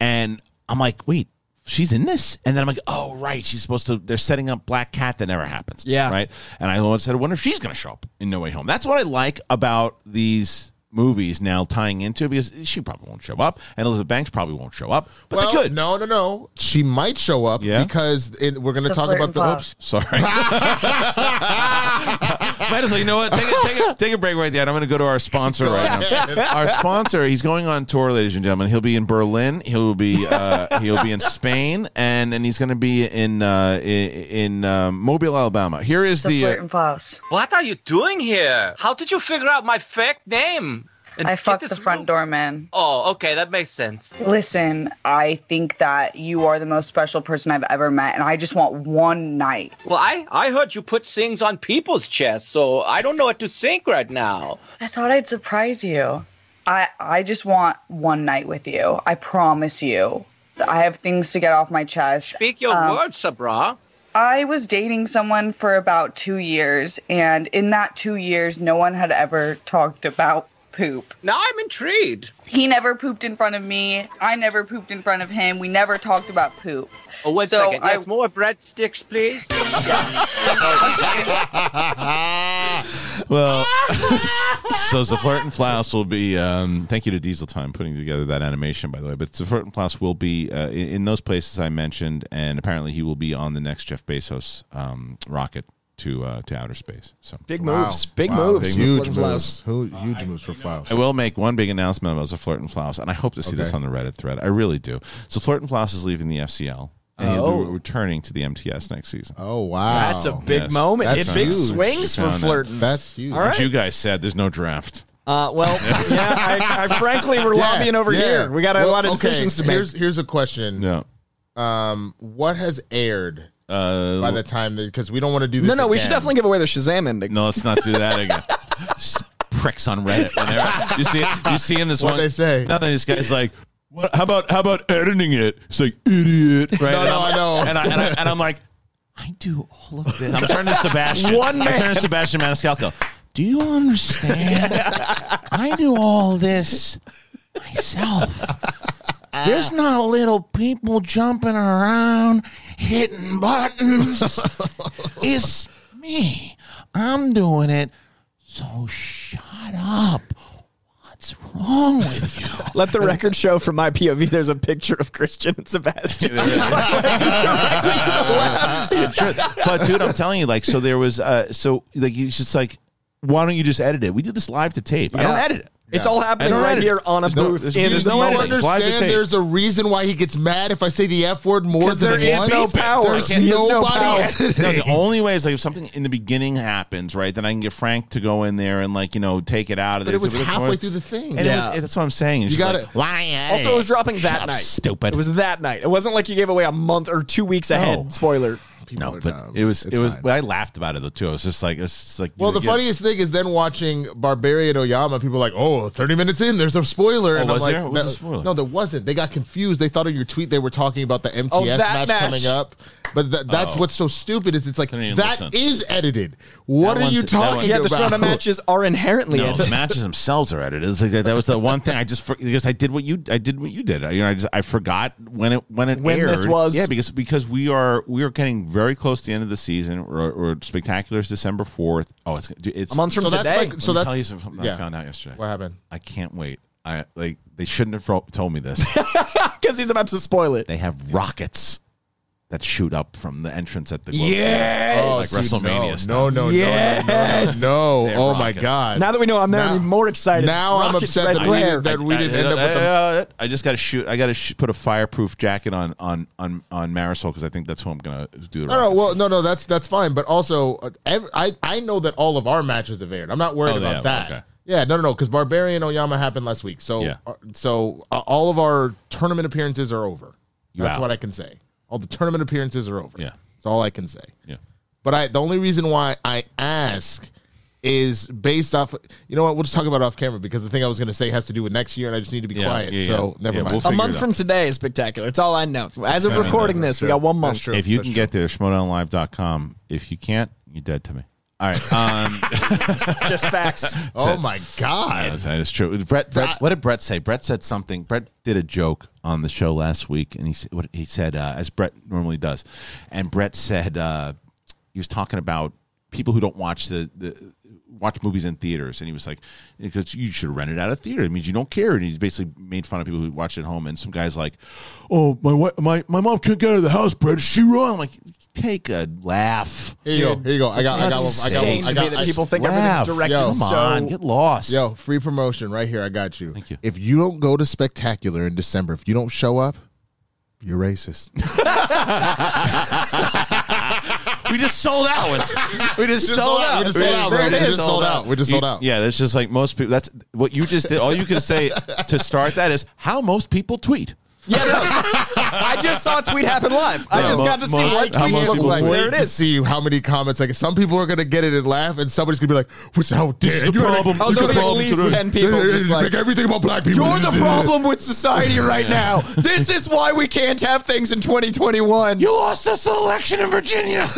A: and I'm like, wait, she's in this, and then I'm like, oh right, she's supposed to. They're setting up Black Cat that never happens.
C: Yeah.
A: right. And I always said, I wonder if she's going to show up in No Way Home. That's what I like about these movies now tying into because she probably won't show up, and Elizabeth Banks probably won't show up, but
B: well,
A: they could.
B: no, no, no. She might show up
A: Yeah?
B: because it, we're going to
D: It's a
B: talk
D: flirt
B: about
D: and
B: the.
D: flop.
B: Oops.
A: Sorry. Might as well. You know what? Take a, take, a, take a break right there. and I'm going to go to our sponsor right now. Our sponsor. He's going on tour, ladies and gentlemen. He'll be in Berlin. He'll be uh, he'll be in Spain, and and he's going to be in uh, i- in uh, Mobile, Alabama. Here is
D: It's a
A: the. uh,
E: uh,
D: flirt and floss.
E: What are you doing here? How did you figure out my fake name? And
D: I
E: get
D: fucked
E: this
D: the front
E: room-
D: doorman.
E: Oh, okay, that makes sense.
D: Listen, I think that you are the most special person I've ever met, and I just want one night.
E: Well, I I heard you put things on people's chests, so I don't know what to think right now.
D: I thought I'd surprise you. I I just want one night with you. I promise you. I have things to get off my chest.
E: Speak your
D: Um,
E: words, Sabra.
D: I was dating someone for about 2 years, and in that 2 years no one had ever talked about poop.
E: Now I'm intrigued.
D: He never pooped in front of me. I never pooped in front of him. We never talked about poop.
E: Oh, one
D: So
E: second.
D: I-
E: Yes, more breadsticks, please.
A: Well, so the flirt and flouse will be. Um, thank you to Diesel Time putting together that animation, by the way. But the flirt and flouse will be uh, in, in those places I mentioned, and apparently he will be on the next Jeff Bezos um, rocket to uh, to outer space. So
C: Big
B: Wow.
C: moves. Big
B: Wow.
C: moves. for
B: Huge
C: Flirt and Flouse.
B: moves. Who, huge moves for Flouse.
A: I will make one big announcement about the Flirt and Flouse, and I hope to see this
B: Okay.
A: on the Reddit thread. I really do. So Flirt and Flouse is leaving the FCL, and he'll
C: Oh.
A: be returning to the MTS next season.
B: Oh wow,
C: That's a big
A: yes.
C: moment.
B: That's
C: it big
B: huge.
C: swings for
A: Found it.
C: flirting.
B: That's huge.
C: All right.
A: But you guys said there's no draft.
C: Uh, well, yeah, I, I frankly, we're
B: Yeah,
C: lobbying over
B: yeah.
C: here. We got a
B: Well,
C: lot of
B: okay,
C: decisions to make.
B: Here's here's a question.
A: No.
B: Um, what has aired
A: Uh,
B: by the time that because we don't want to do this.
C: no, no, we should
B: again.
C: definitely give away the Shazam ending.
A: No, let's not do that again. S- Pricks on Reddit. when they're- you see, you see in this
B: What'd
A: one.
B: they say?
A: Nothing. This guy's like, what, how about how about editing it? It's like idiot, right?
B: No,
A: and
B: no,
A: I'm,
B: I know.
A: And, I, and, I, and I'm like, I do all of this. I'm turning to Sebastian.
C: One
A: I'm turning
C: man.
A: to Sebastian Maniscalco. Do you understand? I do all this myself. There's not little people jumping around, hitting buttons. it's me. I'm doing it. So shut up. What's wrong with you?
C: Let the record show from my POV. There's a picture of Christian and Sebastian directly to the left.
A: Sure. But dude, I'm telling you, like, so there was, uh, so like, you just like, why don't you just edit it? We did this live to tape. I don't
C: Yeah.
A: edit it.
C: It's all happening
A: I don't
C: right
A: write it.
C: here on a
A: There's no-
C: booth.
A: there's-
C: in
A: there's
B: Do
C: the
A: no
B: you
A: editing.
C: morning.
A: It's live to
B: understand?
A: tape.
B: There's a reason why he gets mad if I say the f word more
C: 'Cause there
B: than
C: is
B: once.
C: no power.
B: There's
C: There's no
B: nobody.
C: power.
B: editing.
A: No, the only way is like if something in the beginning happens, right? Then I can get Frank to go in there and like you know take it out of
B: But
A: there.
B: it was
A: So it's
B: halfway
A: more-
B: through the thing.
A: And it was-
C: Yeah.
A: that's what I'm saying. It's
B: You
A: just
B: gotta-
A: like, lie.
C: Also, it was dropping that
A: Shut up,
C: night.
A: Stupid. Oh.
C: It was that night. It wasn't like you gave away a month or two weeks ahead. Spoiler.
B: People
A: no,
B: are
A: but
B: dumb.
A: it was
B: It's
A: it was.
B: fine.
A: Well, I laughed about it though too. I was just like, it's just like.
B: Well, the
A: you-
B: funniest thing is then watching Barbarian Oyama, people are like, oh, 30 minutes in, there's a spoiler. and
A: Oh, was
B: I'm like,
A: there? Was
B: "No,
A: a spoiler?"
B: No, there wasn't. They got confused. They thought in your tweet they were talking about the MTS
A: Oh,
C: that
B: match, coming
C: match.
B: up. But tha- that's what's so stupid is it's like,
A: even
B: that
A: listen.
B: is edited. What
A: That
B: are
A: one's-
B: you
A: that
B: talking
A: one-
C: Yeah, the
B: about?
C: Strata matches are inherently
A: No, the
C: edited.
A: matches themselves are edited. It's like that, that was the one thing I just for, because I did what you I did what you did. I, you know, I just I forgot when it when it
C: When
A: aired.
C: this was.
A: Yeah, because because we are we are getting very close to the end of the season. We're, we're spectacular is December fourth. Oh, it's it's
C: A month from
B: So that's
C: today.
B: like-
A: So
B: so
A: that's
B: that's
A: tell you something I
B: yeah.
A: found out yesterday.
B: What happened?
A: I can't wait. I like they shouldn't have fro- told me this.
C: Because he's about to spoil it.
A: they have rockets that shoot up from the entrance at the Globe.
C: Yes.
A: like WrestleMania
B: Oh, no,
A: stuff.
B: No, no,
C: Yes.
B: no, no, no,
A: They're
B: no. Oh, my
A: rockets.
B: God.
C: Now that we know I'm there,
B: Now-
C: I'm more excited.
B: now I'm
C: Rockets
B: upset
C: by
B: that we
C: Blair.
B: didn't- that we didn't
A: I-
B: end up with
A: I just got to shoot. I got to sh- put a fireproof jacket on on on on Marisol because I think that's who I'm gonna do the.
B: No, no,
A: rockets.
B: well, no, no, that's that's fine. But also, uh, ev I I know that all of our matches have aired. I'm not worried
A: Oh, they
B: about
A: have,
B: that.
A: okay.
B: Yeah, no, no, no, because Barbarian Oyama happened last week. So,
A: Yeah.
B: uh, so uh, all of our tournament appearances are over.
A: You're
B: That's
A: out.
B: what I can say. All the tournament appearances are over.
A: Yeah.
B: that's all I can say.
A: Yeah.
B: But I, the only reason why I ask is based off. You know what? We'll just talk about it off camera because the thing I was going to say has to do with next year, and I just need to be
A: Yeah,
B: quiet.
A: yeah,
B: so
A: yeah.
B: never
A: Yeah,
B: mind.
A: we'll
C: A
A: figure
C: month
A: it out.
C: from today is spectacular. It's all I know. As of
B: I mean,
C: recording
B: that's
C: this, we
B: true.
C: got one
B: That's
C: month.
B: true.
A: If you
B: That's
A: can
B: true.
A: get there, schmodownlive.com. If you can't, you're dead to me. All right. Um,
C: Just facts.
B: oh my god!
A: That is true. Brett, Brett,
B: That-
A: what did Brett say? Brett said something. Brett did a joke on the show last week, and he said, what, he said uh, as Brett normally does, and Brett said uh, he was talking about people who don't watch the, the watch movies in theaters, and he was like, because you should rent it out of theater. It means you don't care. And he's basically made fun of people who watch it at home. And some guys like, oh my wi- my my mom can't get out of the house, Brett. Is she wrong? I'm like, take a laugh.
B: Here you go. Here you go. I got. I got. One, I got. One,
C: Change
B: I
C: the way
B: got.
C: that
B: I-
C: people think
A: Laugh.
C: everything's directed.
B: Yo.
A: Come
C: so
A: on, get lost.
B: Yo, free promotion right here. I got you.
A: Thank you.
B: If you don't go to Spectacular in December, if you don't show up, you're racist.
A: We just sold out. We just, sold out.
B: We just sold out, bro.
A: There
B: We
A: it is.
B: just sold out. We just sold out.
A: Yeah, that's just like most people. That's what you just did. All you can say to start that is how most people tweet.
C: Yeah, no. I just saw a tweet happen live. I
A: Yeah,
C: just
A: mo-
C: got to see
A: mo-
C: what
A: how
C: tweets
A: most
C: look
A: people
C: like.
A: tweet.
C: There it
B: to
C: is.
B: see how many comments. Like some people are gonna get it and laugh, and somebody's gonna be like, "What's how dare
A: is
B: you
A: the
B: gotta
A: problem.
B: Make,
A: Oh,
B: you
A: there'll
B: gotta
A: be at
B: make-
A: least 10
C: people
B: you
C: just like,
B: make everything about black people.
C: You're the problem with society right now. This is why we can't have things in 2021.
A: You lost this election in Virginia.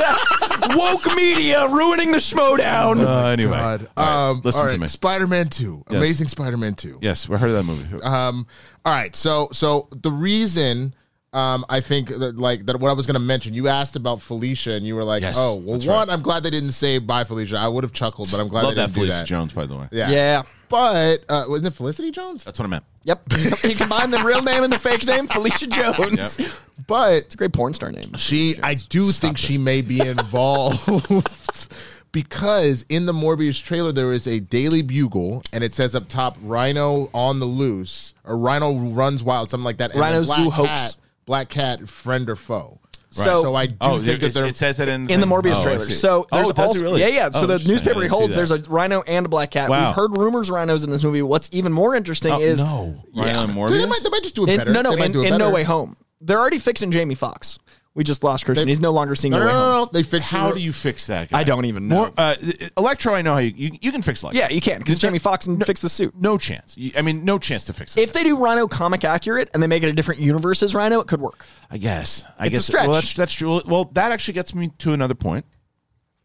C: Woke media ruining the schmodown.
A: uh, anyway,
B: God.
A: All right,
B: Um,
A: listen
B: all
A: to
B: right,
A: me.
B: Spider-Man Two,
A: Yes.
B: Amazing Spider-Man Two.
A: yes, we heard of that movie.
B: Um, all right. So, so the reason, um, I think that, like that what I was going to mention, you asked about Felicia and you were like,
A: Yes,
B: oh, well,
A: that's
B: one,
A: right.
B: I'm glad they didn't say bye Felicia. I would have chuckled, but I'm glad
A: Love
B: they
A: that
B: didn't do
A: Felicia
B: that.
A: Jones, by the way.
B: Yeah.
C: Yeah.
B: But, uh, wasn't it Felicity Jones?
A: That's what I meant.
C: Yep. he combined the real name and the fake name, Felicia Jones.
A: Yep.
C: It's
B: But
C: a great porn star name.
B: she, I do think she may be involved because in the Morbius trailer, there is a Daily Bugle and it says up top, Rhino on the loose or Rhino runs wild, something like that. And then
C: Rhino
B: Black
C: Zoo hoax.
B: Cat- Black cat, friend or foe.
C: So-
B: so I do
A: Oh,
B: think that
A: it,
B: they're
A: it says that in
C: in the Morbius
A: oh, I
C: trailer.
A: see.
C: So there's
A: oh, does it
C: also
A: really?
C: yeah yeah. So
A: Oh,
C: the
A: interesting.
C: newspaper
A: I
C: he
A: didn't see
C: holds
A: that.
C: there's a rhino and a black cat.
A: Wow.
C: We've heard rumors rhinos in this movie. What's even more interesting
A: Oh,
C: is
A: no. Ryan and
B: Dude, they
A: Morbius?
B: might they might just do it
C: in,
B: better.
C: no no
B: they might
C: in,
B: do it
C: in No
B: better.
C: Way Home they're already fixing Jamie Foxx. We just lost Christian.
B: They-
C: He's no longer seeing
B: No,
C: No,
B: no,
C: Way
B: no,
C: Home.
B: no, no. They fixed.
A: How do you fix that? guy?
C: I don't even know.
A: Mor- uh, Electro, I know how you you, you can fix Electro.
C: Yeah, you can because Jamie Foxx and fix the suit.
A: No chance. You- I mean, no chance to fix it.
C: If they do Rhino comic accurate and they make it a different universe as Rhino, it could work.
A: I guess. I
C: It's a
A: guess.
C: stretch.
A: Well, that's, that's true. Well, that actually gets me to another point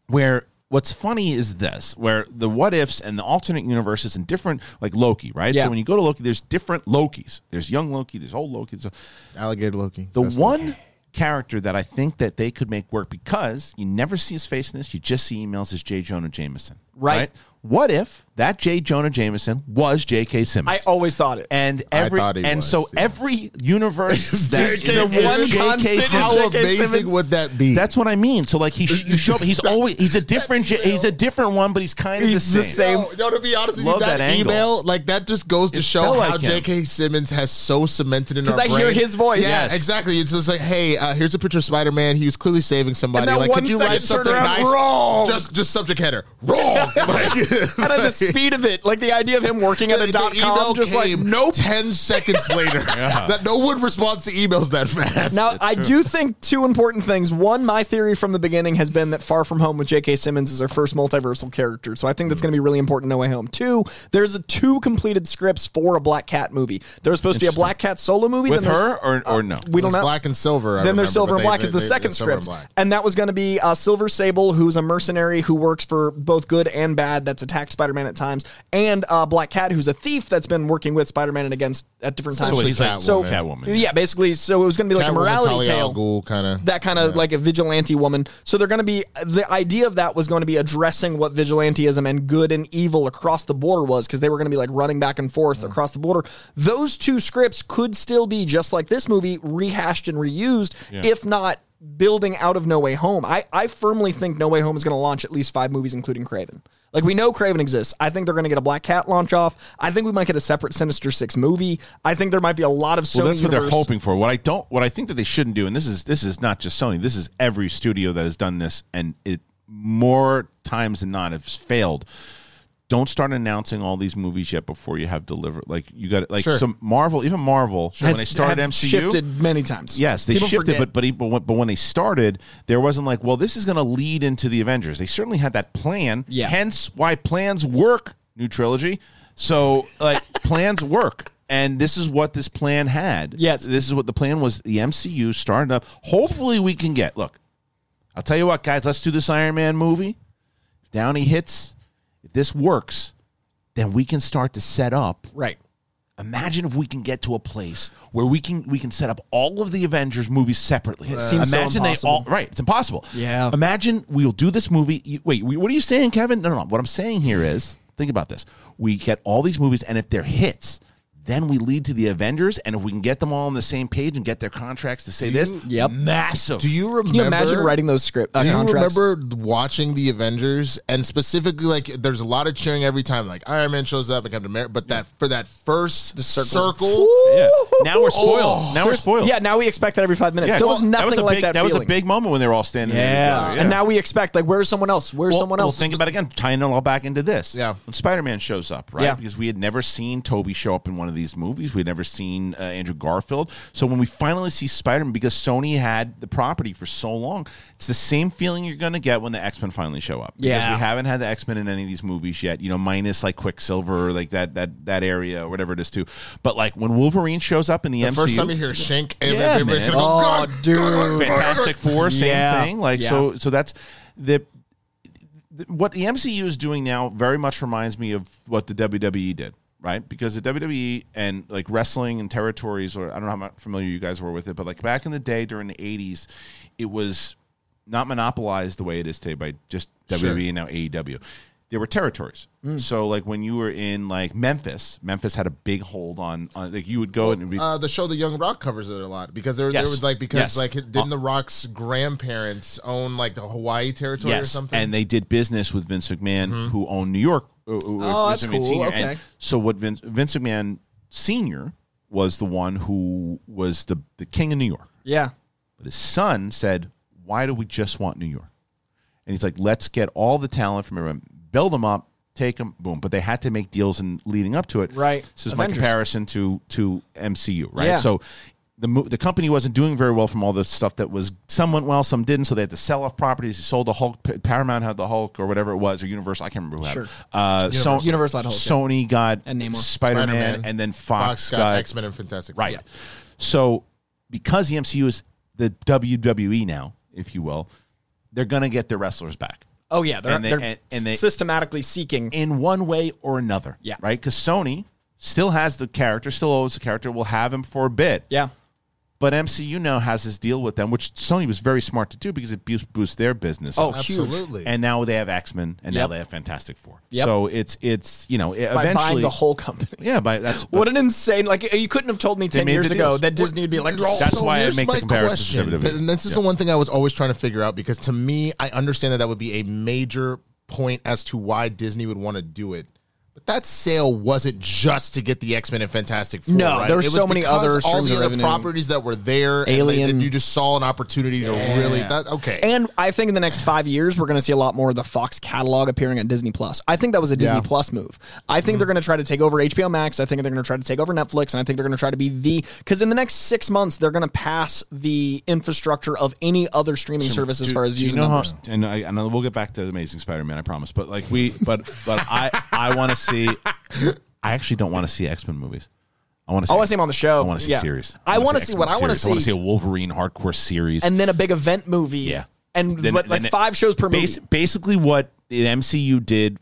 A: where what's funny is this where the what ifs and the alternate universes and different, like Loki, right?
C: Yeah.
A: So when you go to Loki, there's different Lokis. There's young Loki, there's old Loki. There's
B: Alligator Loki.
A: the
B: That's
A: one character that I think that they could make work because you never see his face in this, you just see emails is J. Jonah Jameson.
C: Right.
A: What if that J. Jonah Jameson was J.K. Simmons?
C: I always thought it.
A: and
B: I
A: every
B: thought he
A: and
B: was,
A: so
B: yeah.
A: every universe that's
B: J.K.
A: the one
B: Simmons.
A: constant
C: How
B: How
C: J.K.
B: amazing
C: Simmons.
B: would that be?
A: that's what I mean. So like he sh- you show up, he's always he's a different J- he's a different one, but he's kind of
C: He's
A: the
C: the
A: same.
C: same.
B: Yo, yo, to be honest with you,
A: Love
B: that,
A: that angle.
B: email, like that just goes to
A: It
B: show
A: felt
B: how
A: like him.
B: J.K. Simmons has so cemented in our
C: 'Cause I hear
B: brain.
C: his voice.
B: Yeah,
A: Yes.
B: exactly. It's just like, hey, uh, here's a picture of Spider Man. He was clearly saving somebody.
C: And that
B: like,
C: one
B: could you write
C: sentence turned
B: something
C: around
B: nice?
C: wrong.
B: Just, just subject header wrong. Like,
C: And at the speed of it, like the idea of him working at
B: the-
C: a
B: the
C: dot
B: email
C: com, just like
B: came
C: nope.
B: Ten seconds later, that no one responds to emails that fast.
C: Now, I do think two important things. One, my theory from the beginning has been that Far From Home with J.K. Simmons is our first multiversal character, so I think that's going to be really important. in No Way Home. Two, there's a two completed scripts for a Black Cat movie. There's supposed to be a Black Cat solo movie
A: With
C: then there's- Uh,
A: her or or no?
C: We don't
B: It was
C: know.
B: Black and silver. I
C: then there's
B: remember,
C: Silver
B: but
C: and
B: they-
C: Black
B: they-
C: is the
B: they-
C: second
B: it's Silver and
C: script,
B: Black.
C: and, that was going to be uh, Silver Sable, who's a mercenary who works for both good and bad. That's attacked Spider-Man at times, and uh, Black Cat, who's a thief that's been working with Spider-Man and against at different times.
B: Essentially Catwoman.
C: so
A: Catwoman.
C: yeah, basically, so it was going to be like
B: Catwoman,
C: a morality
B: Talia
C: tale
B: Al Ghul kind of.
C: that kind of like a vigilante woman. So they're going to be the idea of that was going to be addressing what vigilanteism and good and evil across the border was because they were going to be like running back and forth across the border. Those two scripts could still be just like this movie rehashed and reused, if not building out of No Way Home. I I firmly think No Way Home is going to launch at least five movies, including Craven. Like we know Craven exists. I think they're going to get a Black Cat launch off. I think we might get a separate Sinister Six movie. I think there might be a lot of Sony.
A: Well, that's what they're
C: universe-
A: hoping for. What I don't, what I think that they shouldn't do, and this is this is not just Sony. This is every studio that has done this, and it more times than not has failed. don't start announcing all these movies yet before you have delivered. Like you got like
B: Sure.
A: some Marvel, even Marvel when they
C: Has-
A: started
C: have
A: MCU
C: shifted many times.
A: Yes, they
C: People
A: shifted,
C: forget.
A: but but, he, but when- but when they started, there wasn't like, well, this is going to lead into the Avengers. They certainly had that plan.
C: Yeah.
A: Hence why plans work. New trilogy. So like plans work, and this is what this plan had.
C: Yes.
A: this is what the plan was. The MCU started up. Hopefully, we can get. Look, I'll tell you what, guys. Let's do this Iron Man movie. If Downey hits. If this works, then we can start to set up
C: right.
A: Imagine if we can get to a place where we can we can set up all of the Avengers movies separately. It
C: seems so
A: Imagine they all right. It's impossible.
C: Yeah.
A: Imagine we'll do this movie. you- wait, we- what are you saying, Kevin? No, no, no. What I'm saying here is, think about this. We get all these movies, and if they're hits, then we lead to the Avengers. And if we can get them all on the same page and get their contracts to say this,
C: Yep.
A: massive.
B: Do you remember?
C: Can you imagine writing those script? Uh,
B: Do you
C: contracts?
B: remember watching the Avengers and specifically like there's a lot of cheering every time like Iron Man shows up and Captain America, but that for that first circle,
A: Yeah. Now we're spoiled. now we're spoiled.
C: Oh. Yeah, now we expect that every five minutes.
A: Yeah,
C: there
A: well,
C: was nothing
A: that was a
C: like
A: big,
C: that.
A: was a
C: feeling.
A: big moment when they were all standing. there
C: Yeah.
A: together.
C: and now we expect like, where's someone else? Where's
A: Well-
C: someone
A: well,
C: else?
A: think about it again, tying it all back into this.
B: Yeah.
A: When Spider Man shows up, right?
C: Yeah.
A: Because we had never seen Toby show up in one of these movies. We had never seen uh, Andrew Garfield. So when we finally see Spider Man, because Sony had the property for so long, it's the same feeling you're going to get when the X Men finally show up. Because
C: Yeah.
A: we haven't had the X Men in any of these movies yet, you know, minus like Quicksilver or like that that that area or whatever it is, too. But like when Wolverine shows up in the, MCU.
B: first time you hear Shank and
A: Yeah,
B: everybody's
A: man.
B: gonna go,
C: Oh,
B: "God,
C: dude.
B: God, God,
A: Fantastic Four, same
C: Yeah.
A: thing. Like
C: Yeah.
A: so, so that's the, the- what the MCU is doing now. Very much reminds me of what the WWE did, right? Because the WWE and like wrestling and territories, or I don't know how familiar you guys were with it, but like back in the day during the '80s, it was not monopolized the way it is today by just WWE and now AEW. There were territories,
C: Mm.
A: so like when you were in like Memphis, Memphis had a big hold on. on like you would go and it'd be
B: Uh, the show The Young Rock covers it a lot because there, there
A: Yes.
B: was like because
A: Yes. Oh.
B: like didn't The Rock's grandparents own like the Hawaii territory or something?
A: And they did business with Vince McMahon, who owned New York.
C: Mm-hmm.
A: uh,
C: Oh, that's cool.
A: And
C: Okay.
A: so what Vince, Vince McMahon Senior was the one who was the the king of New York,
C: yeah.
A: but his son said, "Why do we just want New York?" And he's like, "Let's get all the talent from everyone, build them up." Take them, boom! But they had to make deals and leading up to it.
C: Right.
A: This is my
C: Avengers.
A: comparison to to MCU. Right.
C: Yeah.
A: So the mo- the company wasn't doing very well from all the stuff that was some went well, some didn't. So they had to sell off properties. They sold the Hulk. P- Paramount had the Hulk or whatever it was, or Universal. I can't remember who had. it.
C: Sure.
A: Uh, so,
C: Universal. Universal had Hulk, yeah.
A: Sony got
C: And Namor.
A: Spider Man,
B: Spider-Man.
A: and then Fox,
B: Fox, got X Men and Fantastic Four.
A: Right. So because the MCU is the WWE now, if you will, they're gonna get their wrestlers back
C: Oh yeah. They're,
A: And they-
C: they're
A: and- and they-
C: systematically seeking.
A: in one way or another.
C: Yeah.
A: Right? Because Sony still has the character, still owns the character, will have him for a bit.
C: yeah.
A: But MCU now has this deal with them, which Sony was very smart to do because it boosts, boosts their business.
C: Oh, huge.
B: Absolutely.
A: And now they have X Men, and now
C: Yep.
A: they have Fantastic Four.
C: Yep.
A: So it's it's you know it
C: By
A: eventually
C: buying the whole company.
A: yeah by that's
C: What an insane! Like you couldn't have told me ten
A: made
C: years
A: the
C: ago
A: deals.
C: that Disney would be like,
B: Well,
A: That's
B: so
A: why I
B: here's
A: make the
B: my
A: comparisons to E."
B: question.
A: WWE.
B: And this is the one thing I was always trying to figure out because to me, I understand that that would be a major point as to why Disney would want to do it. But that sale wasn't just to get the X Men and Fantastic Four.
C: No,
B: right?
C: there were
B: It was
C: so many
B: because
C: other
B: all
C: streams
B: the
C: of
B: other
C: revenue.
B: properties that were there. and they-
C: Alien.
B: that you just saw an opportunity to really. That, okay,
C: And I think in the next five years, we're going to see a lot more of the Fox catalog appearing on Disney Plus. I think that was a Disney
B: Yeah.
C: Plus move. I think they're
A: Mm-hmm.
C: going to try to take over HBO Max. I think they're going to try to take over Netflix, and I think they're going to try to be the because in the next six months, they're going to pass the infrastructure of any other streaming service as
A: Do-
C: far as
A: do you
C: using
A: know how-
C: numbers.
A: and I, and I- we'll get back to Amazing Spider-Man, I promise. But like we, but but I I want to see. I actually don't want to see X Men movies. I want to.
C: I wanna see 'em on the show.
A: I want to see
C: Yeah.
A: series.
C: I wanna
A: wanna
C: see what I
A: X-Men
C: wanna
A: series. I want to
C: see-
A: see a Wolverine hardcore series.
C: and then a big event movie.
A: Yeah.
C: and
A: Then-
C: but like
A: then it-
C: five shows per
A: Bas-
C: movie.
A: basically, what the MCU did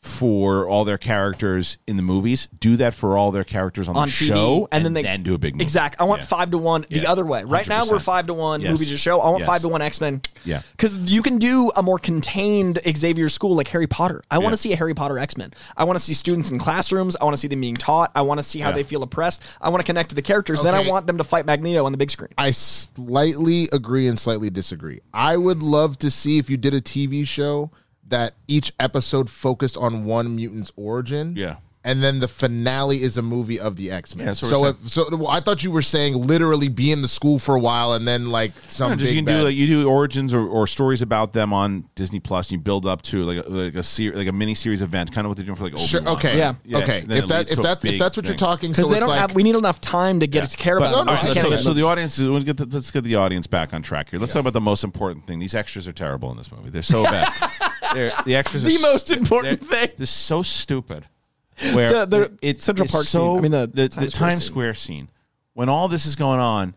A: for all their characters in the movies, do that for all their characters on,
C: On
A: the
C: TV,
A: show,
C: and then they
A: then do a big movie.
C: Exact. I want
A: Yeah.
C: five to one the
A: Yeah.
C: other way. Right now we're
A: 100%.
C: five to one
A: Yes.
C: movies to show. I want
A: Yes.
C: five to one X Men.
A: Yeah.
C: Because you can do a more contained Xavier school like Harry Potter. I want
A: Yeah.
C: to see a Harry Potter X Men. I want to see students in classrooms. I want to see them being taught. I want to see how
A: Yeah.
C: they feel oppressed. I want to connect to the characters. Then I
B: Okay.
C: want them to fight Magneto on the big screen.
B: I slightly agree and slightly disagree. I would love to see if you did a TV show that each episode focused on one mutant's origin.
A: Yeah.
B: and then the finale is a movie of the X Men.
A: Yeah, that's what
B: so
A: we're
B: if, so well, I thought you were saying literally be in the school for a while and then like some
A: No, just
B: big
A: you can
B: bad-
A: do like you do origins or, or stories about them on Disney Plus. And you build up to like a, like a ser- like a mini series event, kind of what they're doing for like Obi
B: Sure, okay,
C: Yeah.
A: Yeah,
B: okay.
A: and then
B: If
A: it
B: that
A: leads
B: if
A: to a
B: that's if
A: big
B: that's what you're
A: thing.
B: talking,
C: because
B: so
C: they
B: it's
C: don't
B: like
C: have. We need enough time to get it to care about.
B: No,
C: it.
B: no,
C: We
B: I
C: can't
B: get
A: So,
C: get
B: it.
A: so the
C: them.
A: audience, is- let's get the, let's get the audience back on track here. Let's talk about the most important thing. These extras are terrible in this movie. They're so bad. they're, the extras,
C: The
A: are
C: most
A: stu-
C: important
A: they're-
C: thing.
A: They're so stupid. Where
C: The- the
A: it- it
C: Central
A: is
C: Park scene.
A: so-
C: I mean, the
A: the,
C: Times Square
A: Times
C: scene.
A: Square scene. When all this is going on,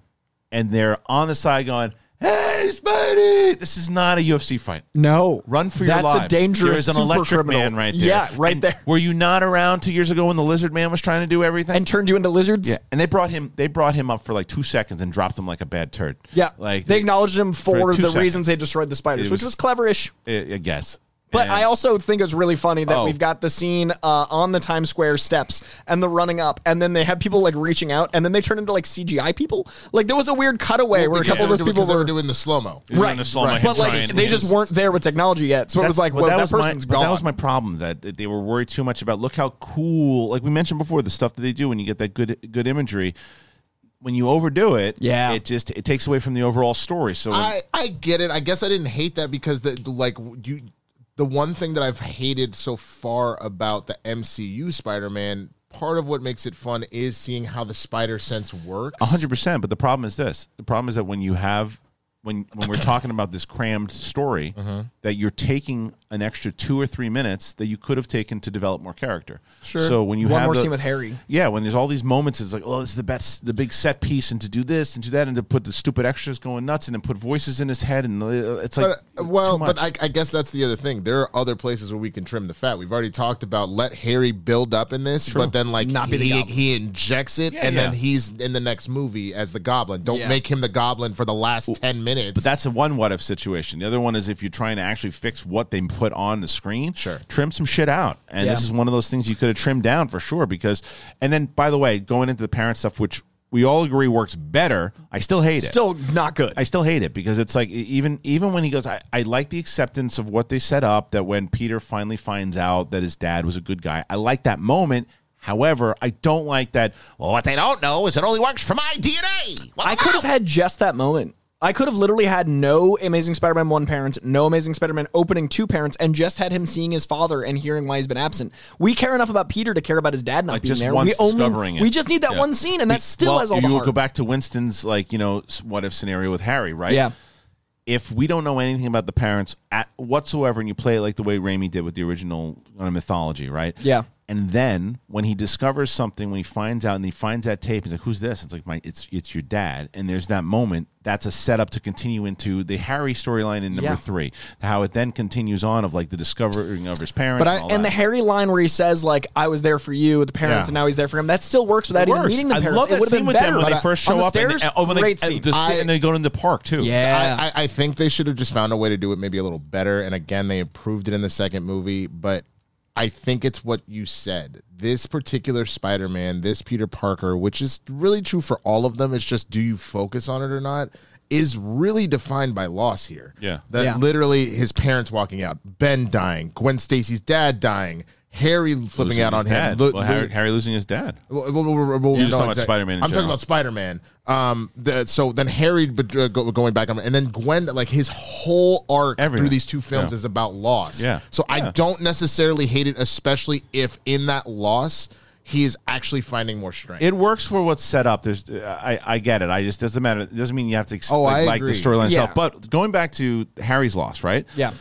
A: and they're on the side going, "Hey, Spidey!" This is not a UFC fight.
C: No,
A: Run for your
C: That's
A: lives.
C: That's a dangerous
A: There's an
C: super
A: electric
C: criminal.
A: man right there.
C: Yeah, right
A: And
C: there,
A: Were you not around two years ago when the lizard man was trying to do everything?
C: and turned you into lizards.
A: Yeah, and they brought him. They brought him up for like two seconds and dropped him like a bad turd.
C: Yeah.
A: like
C: they, acknowledged him for,
A: for
C: the
A: two seconds.
C: reasons they destroyed the spiders,
A: It
C: which
A: was-
C: was cleverish.
A: I, I guess.
C: But
A: And-
C: I also think it's really funny that
A: Oh.
C: we've got the scene uh, on the Times Square steps and the running up, and then they have people like reaching out, and then they turn into like CGI people. Like there was a weird cutaway where a
B: because
C: couple of
B: they were
C: those
B: doing-
C: people
B: because they
C: were.
B: were doing the slow mo.
A: They were doing
C: right,
A: the slow motion
C: but like
A: trying to
C: they
A: do
C: just
A: this.
C: weren't there with technology yet, so it was
A: That's-
C: like, well, that, person's
A: my,
C: gone.
A: That was my problem. That that they were worried too much about. Look how cool. Like we mentioned before, the stuff that they do when you get that good good imagery. When you overdo it,
C: Yeah.
A: it just it takes away from the overall story. So
B: I, I get it. I guess I didn't hate that because the like you the one thing that I've hated so far about the MCU Spider-Man, part of what makes it fun is seeing how the spider sense works.
A: hundred percent. But the problem is this: the problem is that when you have when when we're talking about this crammed story, that you're taking an extra two or three minutes that you could have taken to develop more character. Sure. So when you
C: One
A: have
C: more
A: the-
C: scene with Harry.
A: yeah, when there's all these moments, it's like, oh, this is the best, the big set piece, and to do this and do that, and to put the stupid extras going nuts, and then put voices in his head, and uh, it's like,
B: But, uh, well,
A: too much.
B: but I, I guess that's the other thing. There are other places where we can trim the fat. We've already talked about let Harry build up in this, but then like
C: Not be the
B: he,
C: Goblin.
B: he injects it,
A: Yeah,
B: and then
A: yeah.
B: he's in the next movie as the Goblin. Don't
C: Yeah.
B: make him the Goblin for the last ten minutes.
A: But that's a one what if situation. The other one is if you're trying to actually fix what they put on the screen,
B: Sure.
A: trim some shit out. And this
C: Yeah.
A: is one of those things you could have trimmed down for sure. Because, and then by the way, going into the parent stuff, which we all agree works better, I still hate it.
C: Still not good.
A: I still hate it because it's like e- even even when he goes, I, I like the acceptance of what they set up. That when Peter finally finds out that his dad was a good guy, I like that moment. However, I don't like that. Well, what they
B: oh,
A: don't know is it only works for my DNA. What
C: I could have had just that moment. I could have literally had no Amazing Spider-Man one parent, no Amazing Spider-Man opening two parents, and just had him seeing his father and hearing why he's been absent. We care enough about Peter to care about his dad not being
A: just
C: there.
A: once
C: we only
A: discovering it.
C: we just need that one scene, and that still
A: well,
C: has all
A: you
C: the
A: will
C: heart.
A: go back to Winston's like you know s- what if scenario with Harry, right?
C: Yeah,
A: If we don't know anything about the parents at whatsoever, and you play it like the way Raimi did with the original uh, mythology, right?
C: Yeah.
A: And then when he discovers something, when he finds out and he finds that tape, he's like, "Who's this?" It's like, "My, it's it's your dad." And there's that moment. That's a setup to continue into the Harry storyline in number
C: Yeah.
A: three. How it then continues on of like the discovering of his parents.
B: But I-
A: and, all
C: and the
A: that.
C: Harry line where he says like, "I was there for you," the parents,
B: Yeah.
C: and now he's there for him. That still works without even
A: Worse.
C: meeting the
A: I
C: parents.
A: love
C: it
A: that
C: would have
A: scene
C: been
A: with
C: better
A: them when they first show
C: on the
A: up
C: stairs.
A: and, and, oh, when
C: great
A: they,
C: scene.
A: And, the
B: I-
A: shit- and they go to the park too.
C: yeah,
B: I, I, I think they should have just found a way to do it maybe a little better. And again, they improved it in the second movie, but I think it's what you said. This particular Spider Man, this Peter Parker, which is really true for all of them, it's just do you focus on it or not? Is really defined by loss here.
A: Yeah.
B: That
C: Yeah.
B: literally his parents walking out, Ben dying, Gwen Stacy's dad dying, Harry flipping
A: Losing
B: out
A: his
B: on him.
A: dad.
B: Lo-
A: well,
B: lo-
A: Harry, Harry losing his dad.
B: well, well, well, well, well,
A: You're just
B: no,
A: talking about
B: exact-
A: Spider-Man in
B: I'm talking
A: general.
B: about Spider Man. Um, the, so then Harry but, uh, go, going back, on, and then Gwen, like his whole arc
A: Everything.
B: through these two films
A: Yeah.
B: is about loss.
A: Yeah.
B: So I
A: Yeah.
B: don't necessarily hate it, especially if in that loss he is actually finding more strength.
A: It works for what's set up. There's, I, I get it. I just doesn't matter. It doesn't mean you have to ex-
B: Oh, I
A: like, like the
B: agree.
A: storyline
C: Yeah.
A: itself. But going back to Harry's loss, right?
C: yeah.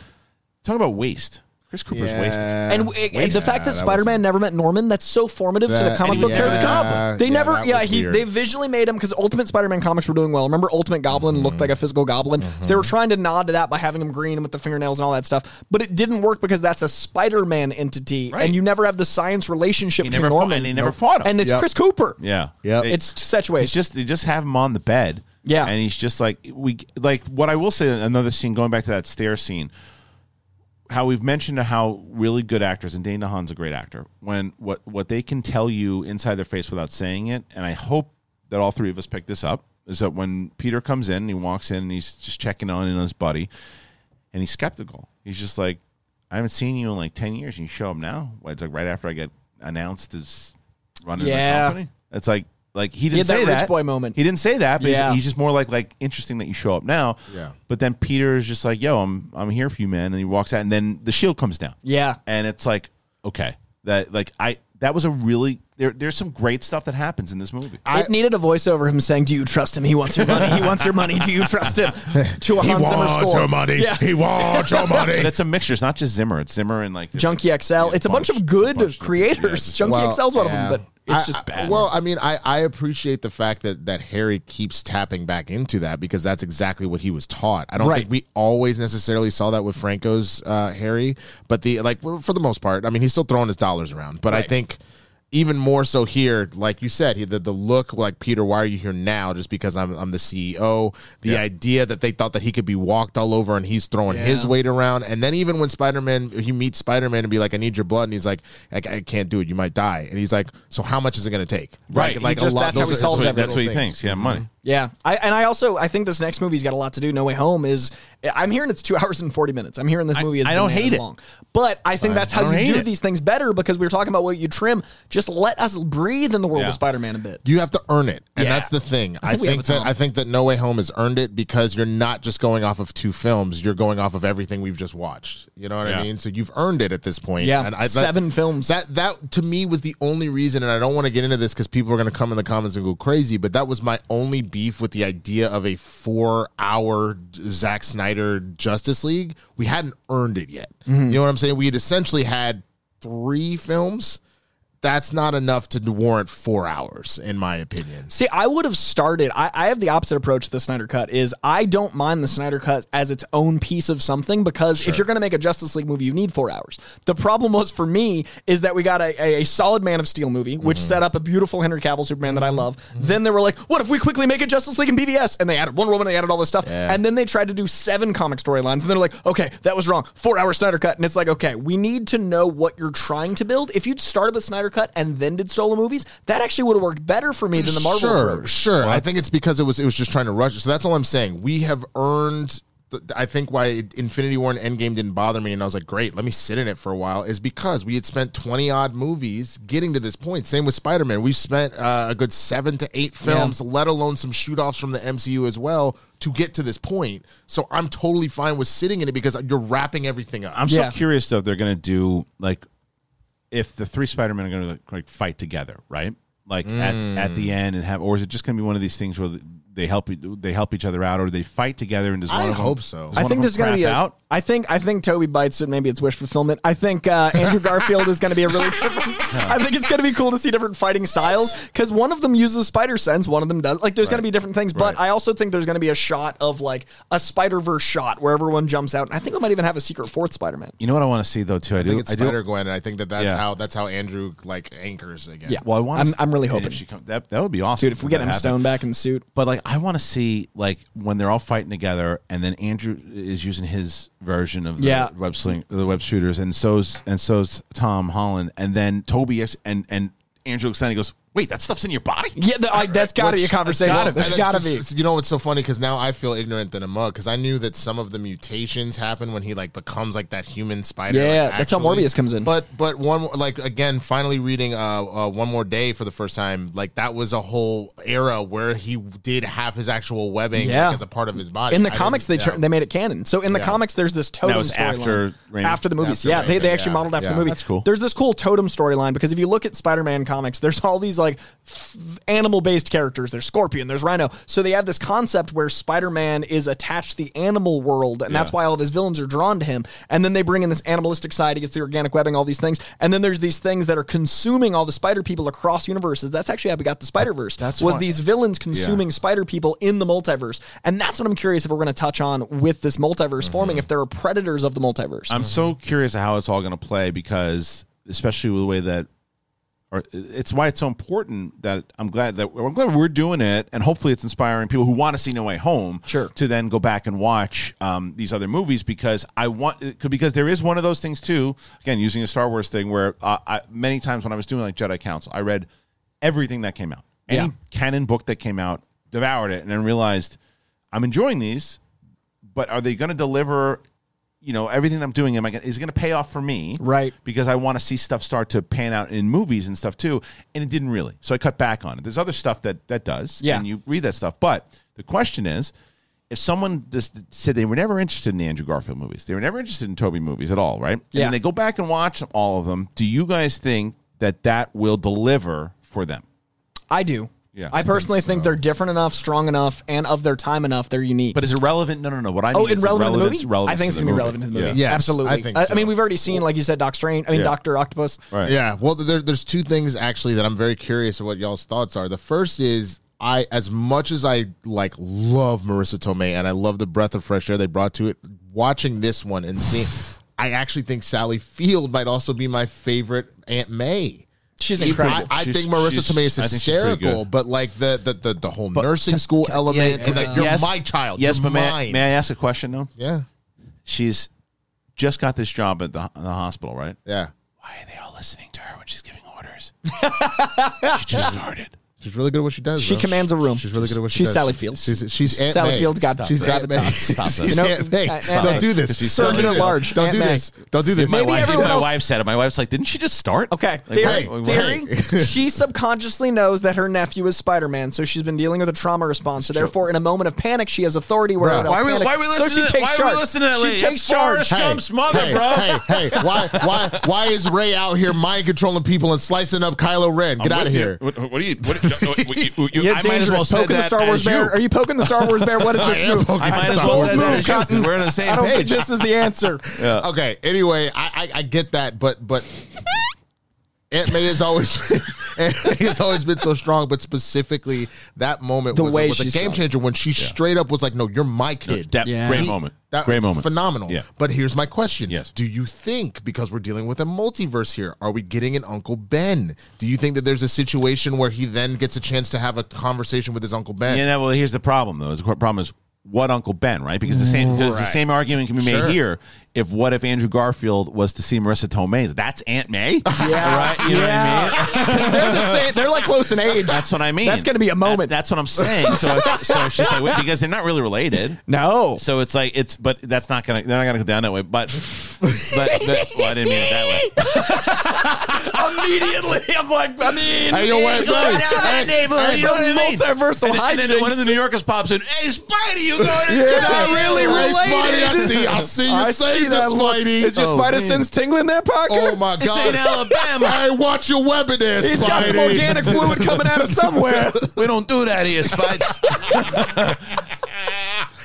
A: Talk about waste. Chris Cooper's wasted.
C: And, and the fact that Spider-Man never met Norman, that's so formative to the
B: uh, That-
C: comic
A: and he
C: book
A: was never
C: character.
A: the Goblin.
C: They
B: Yeah,
C: never,
B: that
C: yeah,
B: was
C: he
B: weird.
C: they visually made him because Ultimate Spider-Man comics were doing well. Remember, Ultimate Goblin looked
B: Mm-hmm.
C: like a physical goblin, so they were trying to nod to that by having him green and with the fingernails and all that stuff. But it didn't work because that's a Spider-Man entity,
A: Right.
C: and you never have the science relationship
A: He
C: to
A: never fought,
C: Norman,
A: and he never fought him.
C: and it's
B: Yep.
C: Chris Cooper.
A: yeah.
B: Yep.
A: It-
C: It's such a
A: It's
C: waste.
A: just they just have him on the bed.
C: Yeah.
A: And he's just like we like what I will say another scene going back to that stair scene. How we've mentioned how really good actors and Dana Hahn's a great actor. When what what they can tell you inside their face without saying it, and I hope that all three of us pick this up is that when Peter comes in and he walks in and he's just checking on in on his buddy, and he's skeptical. He's just like, I haven't seen you in like ten years, and you show up now. It's like right after I get announced as running
C: Yeah.
A: the company. It's like like he didn't
C: had that
A: say
C: rich
A: that
C: boy moment.
A: He didn't say that, but he's-
C: Yeah.
A: he's, just more like like interesting that you show up now.
B: Yeah.
A: But then Peter is just like, "Yo, I'm I'm here for you, man," and he walks out, and then the shield comes down.
C: Yeah.
A: and it's like okay, that like I that was a really there. There's some great stuff that happens in this movie.
C: it needed a voiceover him saying, "Do you trust him? He wants your money. He wants your money. Do you trust him?" To a
B: He
C: Hans Zimmer
B: wants
C: score.
B: your money.
C: Yeah.
B: He wants your money.
A: That's a mixture. It's not just Zimmer. It's Zimmer and like
C: Junkie XL. it's a bunch, of good creators. Junkie XL's one
B: yeah.
C: of them, but it's
B: I-
C: just
B: I-
C: bad.
B: well, I mean, I, I appreciate the fact that that Harry keeps tapping back into that because that's exactly what he was taught. I don't
C: Right.
B: think we always necessarily saw that with Franco's uh, Harry, but the like well, for the most part, I mean, he's still throwing his dollars around. But I think even more so here, like you said, he, the the look like Peter, why are you here now? Just because I'm I'm the CEO. The idea that they thought that he could be walked all over and he's throwing his weight around, and then even when Spider Man he meets Spider Man and be like, I need your blood, and he's like, I, I can't do it, you might die, and he's like, so how much is it going to take?
A: Right.
B: Like,
A: He
B: like
C: just-
B: a lot.
C: that's how
B: those
C: he
B: are-
A: That's what,
C: solves
B: those
A: he-
B: are
A: that's what he
B: little things.
A: thinks. Yeah, money.
C: yeah, I, and I also I think this next movie's got a lot to do. No Way Home is I'm hearing it's two hours and forty minutes. I'm hearing this movie is
A: I don't
C: bananas
A: hate it.
C: long, but I think that's how
A: don't
C: you
A: hate
C: do
A: it.
C: these things better because we were talking about what you trim. Just let us breathe in the world
A: Yeah.
C: of Spider-Man a bit.
B: You have to earn it, and
C: Yeah.
B: that's the thing. I
C: think we have
B: think
C: a
B: that
C: Tom.
B: I think that No Way Home has earned it because you're not just going off of two films; you're going off of everything we've just watched. You know what
A: Yeah.
B: I mean? So you've earned it at this point.
C: Yeah,
B: and I, that-
C: seven films.
B: That that to me was the only reason, and I don't want to get into this because people are going to come in the comments and go crazy. But that was my only beef with the idea of a four-hour Zack Snyder Justice League. We hadn't earned it yet.
C: Mm-hmm.
B: You know what I'm saying? We had essentially had three films that's not enough to warrant four hours, in my opinion.
C: See, I would have started. I, I have the opposite approach to the Snyder Cut. Is I don't mind the Snyder Cut as its own piece of something because if you're going to make a Justice League movie, you need four hours. The problem was for me is that we got a, a, a solid Man of Steel movie, which set up a beautiful Henry Cavill Superman that I love. Then they were like, "What if we quickly make a Justice League and BVS?" And they added Wonder Woman, they added all this stuff, and then they tried to do seven comic storylines, and they're like, "Okay, that was wrong. Four hour Snyder Cut." And it's like, okay, we need to know what you're trying to build. If you'd started with Snyder Cut and then did solo movies, that actually would have worked better for me than the Marvel
B: sure,
C: approach.
B: sure. I think it's because it was it was just trying to rush. it. So that's all I'm saying. We have earned. th- I think why Infinity War and Endgame didn't bother me, and I was like, "Great, let me sit in it for a while," is because we had spent twenty odd movies getting to this point. Same with Spider Man, we spent uh, a good seven to eight films, let alone some shoot offs from the MCU as well, to get to this point. So I'm totally fine with sitting in it because you're wrapping everything up.
A: I'm
C: Yeah.
A: so curious though if they're gonna do like if the three Spider Men are gonna like, like fight together, right? Like at, at the end and have, or is it just gonna be one of these things where they help they help each other out, or they fight together and does one
B: I
A: of them-
B: hope so.
A: does one
C: I think
A: of them
C: there's going to be a.
A: crap
C: I
A: out.
C: think I think Toby bites it. Maybe it's wish fulfillment. I think uh, Andrew Garfield is going to be a really different. I think it's going to be cool to see different fighting styles because one of them uses spider sense, one of them does. Like there's going to be different things, but
A: Right.
C: I also think there's going to be a shot of like a Spider Verse shot where everyone jumps out. And I think we might even have a secret fourth Spider Man.
A: You know what I want to see though too. I,
B: I
A: do.
B: think it's
A: I do.
B: Spider Gwen, and I think that that's
A: Yeah.
B: how that's how Andrew like anchors again.
C: Yeah.
A: Well, I want.
C: I'm- I'm really hoping.
A: she come, that that would be awesome,
C: Dude, if we get
A: that
C: him
A: happened.
C: Stone back in the suit,
A: But like, I want to see like when they're all fighting together, and then Andrew is using his version of the
C: Yeah.
A: web sling, the web shooters, and so's and so's Tom Holland, and then Toby is, and and Andrew looks down and he goes, "Wait, that stuff's in your body."
C: yeah, the, I, that's got to be a conversation.
B: Well,
C: That's
B: and
C: got to
B: it's
C: be.
B: just- You know, it's so funny because now I feel ignorant than a mug because I knew that some of the mutations happen when he like becomes like that human spider. like,
C: Yeah, that's how
B: actually.
C: Morbius comes in.
B: But but one more- like again, finally reading uh, uh one more day for the first time, like that was a whole era where he did have his actual webbing
C: Yeah.
B: like, as a part of his body.
C: In the
B: I
C: comics, they
B: didn't-
C: turned, they made it canon. So in the
B: Yeah.
C: comics, there's this totem
A: was after
C: storyline
A: Raimi?
C: after the movies.
B: After
C: yeah, they,
B: Raimi,
C: they actually
B: yeah.
C: modeled after the
B: Yeah.
C: movie.
A: That's cool.
C: There's this cool totem storyline because if you look at Spider-Man comics, there's all these like f- animal-based characters. There's Scorpion, there's Rhino. So they have this concept where Spider-Man is attached to the animal world, and that's why all of his villains are drawn to him. And then they bring in this animalistic side. He gets the organic webbing, all these things. And then there's these things that are consuming all the Spider people across universes. That's actually how we got the Spider-Verse. That's was
A: why-
C: these villains consuming spider people in the multiverse. And that's what I'm curious if we're going to touch on with this multiverse forming, if there are predators of the multiverse.
A: Mm-hmm. I'm so curious how it's all going to play because, especially with the way that, or it's why it's so important that I'm glad that I'm glad we're doing it, and hopefully it's inspiring people who want to see No Way Home,
C: Sure.
A: to then go back and watch um, these other movies because I want because there is one of those things too. Again, using a Star Wars thing where uh, I, many times when I was doing like Jedi Council, I read everything that came out, any
C: Yeah.
A: canon book that came out, devoured it, and then realized I'm enjoying these, but are they going to deliver you know everything I'm doing am I gonna, is going to pay off for me,
C: Right.
A: Because I want to see stuff start to pan out in movies and stuff too, and it didn't really. So I cut back on it. There's other stuff that that does,
C: Yeah.
A: And you read that stuff, but the question is, if someone just said they were never interested in the Andrew Garfield movies, they were never interested in Toby movies at all, right? And
C: Yeah.
A: then they go back and watch all of them. Do you guys think that that will deliver for them?
C: I do.
A: Yeah, I
C: I
A: think
C: personally think, they're different enough, strong enough, and of their time enough. They're unique.
A: But is it relevant? No, no, no. What I
C: oh,
A: mean
C: in
A: is
C: relevant to the
A: relevance-
C: movie,
A: relevance
C: I think it's gonna be relevant to the movie.
A: Yeah.
B: Yes,
C: absolutely.
B: I think so.
C: mean, we've already seen, like you said, Doc Strange. I mean,
A: Yeah.
C: Doctor Octopus.
A: Right.
B: Yeah. Well, there, there's two things actually that I'm very curious of what y'all's thoughts are. The first is I, as much as I like love Marissa Tomei and I love the breath of fresh air they brought to it, watching this one and seeing, I actually think Sally Field might also be my favorite Aunt May.
C: She's
B: I-
C: incredible.
B: I,
A: She's-
B: think Marissa
A: she's-
B: Tomei is
A: I think she's pretty
B: hysterical,
A: good.
B: but like the the, the, the whole nursing school element and that you're
A: Yes.
B: my child.
A: Yes,
B: you're
A: but may I,
B: mine.
A: may I ask a question though?
B: Yeah.
A: She's just got this job at the, the hospital, right?
B: Yeah.
A: Why are they all listening to her when she's giving orders? she just started.
B: She's really good at what she does.
C: She
B: though.
C: commands a room.
B: She's really good at what she
C: She's
B: does.
C: Sally Field.
B: She's, she's Aunt
C: Sally
B: May.
C: Field got-
B: she's
C: Stop
B: Aunt
A: it.
B: May.
A: Stop it.
B: She's
C: You know-
B: Aunt May.
C: Aunt May.
B: Don't do this.
A: She's
B: Don't
A: Surgeon
B: do
A: at
B: this.
C: large,
B: Don't
C: Aunt
B: do
C: May.
B: this. Don't do this.
C: Maybe
A: my wife,
C: everyone
A: my
C: else-
A: wife said it. My wife's like, didn't she just start?
C: Okay,
A: Like,
C: theory.
A: why- why-
C: theory. she subconsciously knows that her nephew is Spider Man, so she's been dealing with a trauma response. So therefore, in a moment of panic, she has authority. Where
B: Bruh.
C: everyone
A: Why are
C: else
A: we, why are we
C: panics.
A: listening
C: so she
A: to,
C: takes
A: why
C: charge.
A: Are we listening to that
C: she
A: lady?
C: takes
A: That's Forrest
C: charge.
A: Gump's mother,
B: hey,
A: bro.
B: Hey, hey, why, why, why is Ray out here mind controlling people and slicing up Kylo Ren? Get
A: I'm
B: out
A: with
B: of
A: you.
B: here.
A: What, what are you? What, no, no, you- you- you-
C: You're
A: I might as well
C: dangerous.
A: said
C: poking the
A: that
C: Star Wars
A: as you.
C: bear. Are you poking the Star Wars bear? What is
B: I
C: this
B: am
C: move?
B: poking
A: I might
B: the
A: as
B: Star
A: well
B: Wars
A: said
B: movie.
A: that as you. 'cause We're on the
C: I
A: same
C: don't think
A: page.
C: this is the answer.
B: Okay. Anyway, I, I, I get that, but but Aunt May has always Aunt May has always been so strong, but specifically that moment
C: The
B: was,
C: way
B: was a
C: she's
B: game
C: strong.
B: changer when she straight up was like, "No, you're my kid."
A: That
C: Yeah.
A: great
B: He-
A: moment.
B: That,
A: great moment.
B: Phenomenal.
A: Yeah.
B: But here's my question.
A: Yes.
B: Do you think, because we're dealing with a multiverse here, are we getting an Uncle Ben? Do you think that there's a situation where he then gets a chance to have a conversation with his Uncle
C: Uh,
B: Ben?
A: Yeah, no, well, here's the problem though. The problem is what Uncle Ben, right? Because the same because the same argument can be made
B: Sure.
A: here. If what if Andrew Garfield was to see Marissa Tomei? That's Aunt May,
C: Yeah.
A: right? You know what I mean?
C: yeah. they're the same. They're like close in age.
A: That's what I mean.
C: That's gonna be a moment.
A: That- that's what I'm saying. So, so she's like, wait, because they're not really related.
C: no.
A: So it's like it's, but that's not gonna. They're not gonna go down that way. But, but, but well, I didn't mean it that way.
C: Immediately, I'm like, I mean,
B: Hey, yo, what?
A: Going down that neighborhood,
B: hey,
A: you know what I mean?
C: multiversal
A: And then one of the
C: hijinks.
A: New Yorkers pops in. Hey, Spidey, you going? to-
C: You're not really
B: Hey, Spidey, I
C: related.
B: see, I see you
C: I
B: saved
C: that
B: us,
C: look.
B: Spidey.
C: Is your
A: Oh,
C: spider
A: man.
C: sense tingling there, Parker?
B: Oh my
A: This ain't
B: god.
A: Alabama.
B: Hey, watch your webinar,
C: He's got some
B: Spidey.
C: organic fluid coming out of somewhere.
A: We don't do that here, Spites.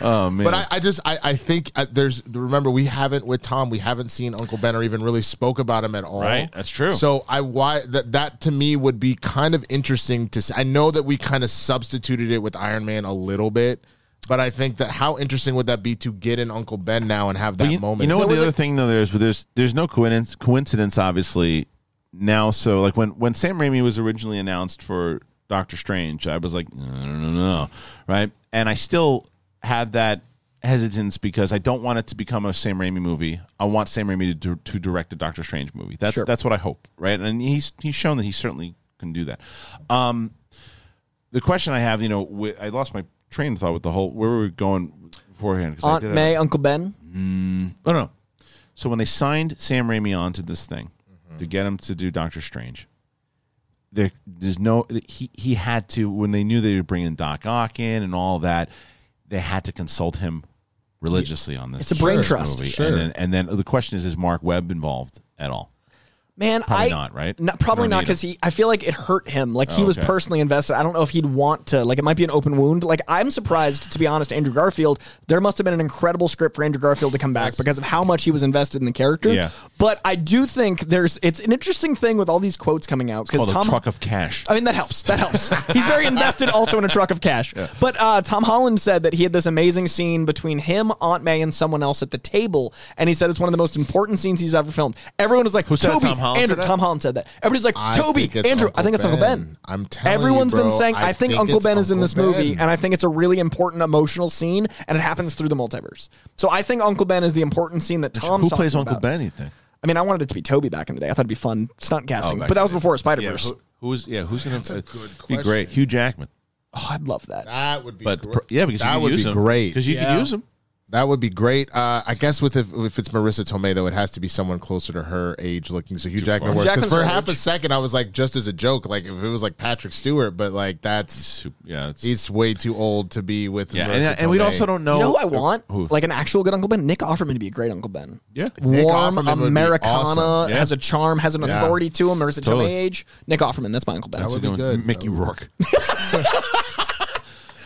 A: oh man!
B: But I, I just I, I think uh there's remember we haven't with Tom we haven't seen Uncle Ben or even really spoke about him at all.
A: Right, that's true.
B: So I why that that to me would be kind of interesting to see. I know that we kind of substituted it with Iron Man a little bit, but I think that how interesting would that be to get an Uncle Ben now and have that
A: But you,
B: moment?
A: You know
B: If
A: what?
B: there
A: The
B: was
A: other
B: a-
A: thing though, there's there's there's no coincidence. Coincidence, obviously. Now, so like when when Sam Raimi was originally announced for Doctor Strange, I was like, no, no, no, no, right? And I still have that hesitance because I don't want it to become a Sam Raimi movie. I want Sam Raimi to, to direct a Doctor Strange movie. That's that's what I hope, right? And he's he's shown that he certainly can do that. Um, the question I have, you know, wi- I lost my train of thought with the whole where were we going beforehand? 'Cause I
C: Aunt
A: did have-
C: May, Uncle Ben.
A: Oh no. So when they signed Sam Raimi onto this thing to get him to do Doctor Strange, there, there's no he he had to when they knew they were bringing Doc Ock in and all that, they had to consult him religiously on this.
C: It's a brain
A: this
C: trust.
A: movie.
B: Sure.
A: And, then, and then the question is, is Mark Webb involved at all?
C: Man,
A: Probably
C: I,
A: not, right?
C: No, probably
A: You don't
C: not
A: need Oh,
C: because he. I feel like it hurt him. Like he was
A: okay.
C: personally invested. I don't know if he'd want to. Like it might be an open wound. Like I'm surprised to be honest. Andrew Garfield. There must have been an incredible script for Andrew Garfield to come back because of how much he was invested in the character.
A: Yeah.
C: But I do think there's. It's an interesting thing with all these quotes coming out because
A: Called
C: Tom.
A: a truck of cash.
C: I mean, that helps. That helps. He's very invested also in a truck of cash. But uh, Tom Holland said that he had this amazing scene between him, Aunt May, and someone else at the table. And he said it's one of the most important scenes he's ever filmed. Everyone was like,
A: Who said
C: Toby,
A: Tom Holland
C: Andrew,
A: said that?
C: Tom Holland said that. Everybody's like,
B: I
C: Toby,
B: think it's
C: Andrew. I
B: Uncle
C: think it's Uncle
B: Ben.
C: Ben.
B: I'm telling you,
C: Everyone's been
B: bro,
C: saying, I,
B: I
C: think,
B: think
C: Uncle
B: it's
C: Ben is in
B: Uncle
C: this movie.
B: Ben.
C: And I think it's a really important emotional scene. And it happens through the multiverse. So I think Uncle Ben is the important scene that Tom's
A: Who plays
C: talking
A: Uncle
C: about.
A: Ben? You think?
C: I mean, I wanted it to be Toby back in the day. I thought it'd be fun stunt casting.
A: Oh, back
C: but that
A: in
C: was
A: the day.
C: before
A: Yeah,
C: Spider-Verse.
A: who, who's yeah? Who's gonna? uh, That's a
B: good
A: Be great.
B: question.
A: Hugh Jackman.
C: oh, I'd love that.
B: that would be
A: But
B: gr-
A: pr- yeah, because
B: that
A: you could
B: would
A: use
B: be
A: them.
B: great.
A: because you
C: Yeah.
A: could use them.
B: That would be great. Uh, I guess with if, if it's Marissa Tomei though, it has to be someone closer to her age looking. So Hugh Jackman
A: far.
B: works because
C: Jackman's
B: for
C: her
B: half a
C: age.
B: second I was like, just as a joke, like if it was like Patrick Stewart, but like that's
A: Super- Yeah, it's,
B: it's way too old to be with.
A: yeah,
B: Marissa
A: and, and we
B: Tomei.
A: also don't know.
C: You know who I want?
A: Who?
C: Like an actual good Uncle Ben? Nick Offerman to be a great Uncle Ben.
A: Yeah.
B: Nick
C: Warm
B: Offerman would be
C: Americana,
B: awesome.
A: Yeah.
C: has a charm, has an
B: Yeah.
C: authority to him, or is it
A: Totally.
C: Tomei age? Nick Offerman, that's my Uncle Ben.
B: That would
A: Good
B: be
A: one.
B: good.
A: Mickey Rourke.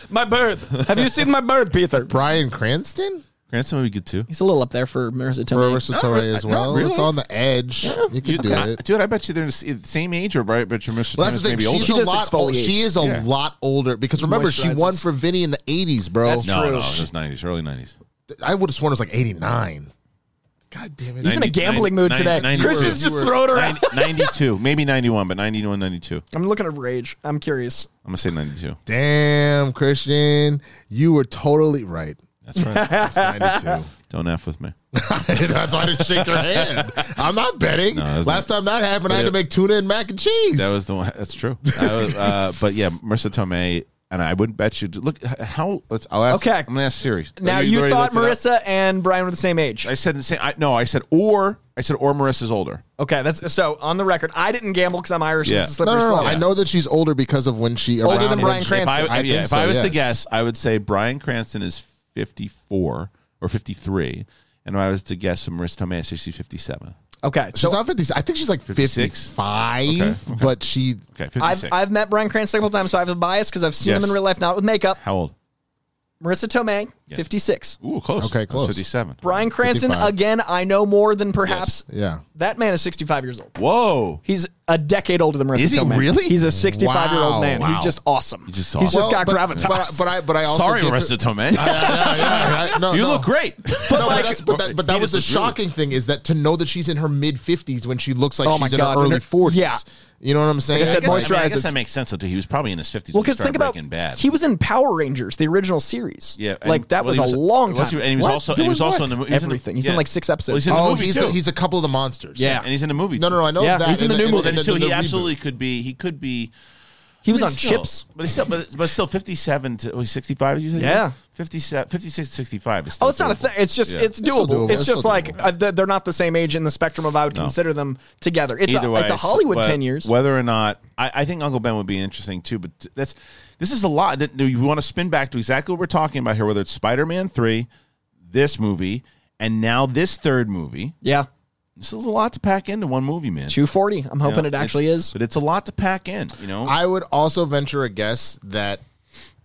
C: my bird. Have you seen my bird, Peter?
B: Brian Cranston
A: Cranston would be good too.
C: He's a little up there for Marissa
B: for
C: Tomei.
B: Marissa Tomei as well.
A: really.
B: It's on the edge. You could do
A: I-
B: it.
A: dude. I bet you they're the s- same age, or I bet your Mr.
B: Well,
A: Well,
B: that's the thing.
A: maybe older.
B: She's a
C: She just
B: lot. Old.
C: exfoliates.
B: She is a
A: Yeah.
B: lot older because remember she won
C: Moisturizes.
B: for Vinny in the eighties, bro.
C: That's
A: no,
C: true.
A: no, it was nineties, early nineties.
B: I would have sworn it was like eighty nine. God damn it!
C: He's in a gambling mood today. Chris is just throwing around.
A: ninety-two, maybe ninety-one, but 91, 92. I'm
C: I'm looking at Rage. I'm curious.
A: gonna say ninety-two.
B: Damn, Christian, you were totally right.
A: That's right.
B: It's 92.
A: Don't f with me.
B: That's why I didn't shake your hand. I'm not betting.
A: that was
B: Last time that happened, I had to make tuna and mac and cheese.
A: That was the one. That's true. I was, uh, but yeah, Marissa Tomei, and I wouldn't bet you. Look h- how. Let's, I'll ask.
C: Okay.
A: I'm gonna ask Siri.
C: Now
A: Have
C: you,
A: already
C: thought
A: looked it up?
C: Marissa and Brian were the same age.
A: I said the same. I, no, I said or. I said or Marissa's older.
C: Okay, that's so on the record. I didn't gamble because I'm Irish.
A: Yeah.
C: And it's a
B: no,
C: slippery
B: no, no.
C: slope.
B: I know that she's older because of when she older
C: than Bryan
A: If I,
C: Cranston.
A: yeah,
B: think
A: if
B: so,
A: I was to
B: yes.
A: guess, I would say Brian Cranston is 54 or 53, and if I was to guess, Marissa Tomei, I say she's 57.
C: Okay,
B: She's
C: so
B: not 50. I think she's like
A: 56?
B: 55,
A: Okay, okay.
B: but she.
A: Okay, 56.
C: I've, I've met Brian Cranston a couple times, so I have a bias because I've seen
A: Yes.
C: him in real life, not with makeup.
A: How old?
C: Marissa Tomei,
A: Yes.
C: 56.
A: Ooh, close.
B: Okay,
A: That's
B: close.
A: 57.
C: Brian Cranston,
B: 55.
C: again, I know more than perhaps.
B: Yeah.
C: That man is 65 years old.
A: Whoa.
C: He's a decade older than Marissa
A: Is he
C: Tomei.
A: really?
C: He's a 65 year
B: Wow,
C: old man.
B: wow.
C: He's just awesome. He's
A: just
C: He's
A: awesome.
C: just got
B: Well, but-
C: gravitas.
B: But, but I, but I also
A: Sorry,
B: give her-
A: Marissa Tomei.
B: Yeah, yeah, yeah. No,
A: You
B: no.
A: look great.
B: no, but, that's, but that, but that
A: Venus
B: was the
A: is really-
B: shocking thing is that to know that she's in her mid 50s when she looks like
C: Oh my
B: she's in
C: God,
B: her
C: and
B: early
C: her-
B: 40s.
C: yeah.
B: You know what I'm saying?
C: I said,
A: I guess, I, mean, I
C: moisturizes.
A: guess that makes sense. though, too. He was probably in his 50s.
C: well,
A: when he
C: because
A: started
C: think about
A: Breaking Bad.
C: he was in Power Rangers, the original series.
A: Yeah, and-
C: like that
A: well,
C: was,
A: he
C: a long
A: was-
C: time.
A: And he was
B: What?
A: also, and he
B: Doing
A: was also
B: what?
A: in the movie. he was in the-
C: Everything. He's done, like, six
A: Well, he's in
C: episodes.
A: the
B: oh,
A: movie
B: he's
A: too.
B: a, he's a couple of the monsters.
C: Yeah.
A: and he's in the movie.
B: No, no, no. I know
C: Yeah,
B: that.
C: he's in the new movie.
A: Then so he
B: reboot.
A: absolutely could be. He could be.
C: he was on
A: still-
C: Chips.
A: but he's still, but, but still, fifty-seven to oh, sixty-five. You said
C: Yeah.
A: 57, 56, 65 is still
C: Oh, it's not a
A: doable.
C: thing. It's just
A: Yeah.
C: it's
B: It's
C: doable.
B: still
C: It's,
B: doable. It's
C: just
B: still
C: like
B: doable.
C: uh, th- they're not the same age in the spectrum of I would consider them together. It's
A: Either
C: a,
A: way,
C: it's a Hollywood
A: but
C: ten years.
A: Whether or not I, I think Uncle Ben would be interesting too, but that's this is a lot that you want to spin back to exactly what we're talking about here. Whether it's Spider-Man three, this movie, and now this third movie.
C: yeah,
A: This is a lot to pack into one movie, man.
C: two forty.
A: You
C: I'm
A: know,
C: hoping it actually
A: it's-
C: is.
A: but it's a lot to pack in. You know,
B: I would also venture a guess that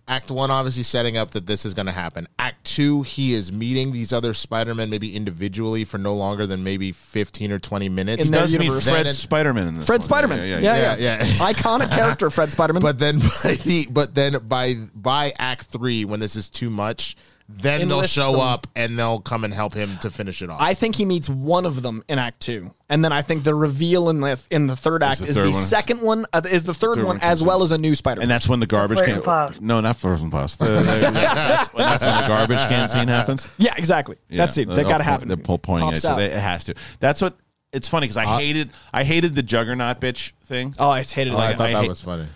B: Act One obviously setting up that this is going to happen. Act Two, he is meeting these other Spider-Men maybe individually for no longer than maybe fifteen or twenty minutes.
C: In
A: it does
C: their
A: meet
C: universe.
A: Fred
B: Then it-
A: Spider-Man in this.
C: Fred
A: one.
C: Spiderman. Yeah, yeah,
B: yeah, yeah.
C: Iconic character, Fred Spiderman.
B: But then by the but then by by Act Three, when this is too much, then
C: Enlist
B: they'll show
C: them.
B: up and they'll come and help him to finish it off.
C: I think he meets one of them in Act Two, and then I think the reveal in the in the third act
A: the
C: is
A: third
C: the
A: one.
C: second one uh, is the third, one,
A: one
C: as
A: comes
C: well as a new Spider.
A: And that's when the garbage
D: Flirt
A: can.
D: and Faust.
A: No, not Flirt and Faust. Uh, that's, when, that's when the garbage can scene happens.
C: yeah, exactly. that's it. That
A: They'll
C: got to
A: point-
C: happen.
A: They're pull pointing
C: Pops
A: it, so
C: out. Uh,
A: they, it has to. That's what. It's funny because I hated. I hated the Juggernaut bitch thing.
C: oh, I hated it.
B: I
A: Like,
B: thought
A: I
B: that
A: hate-
B: was funny.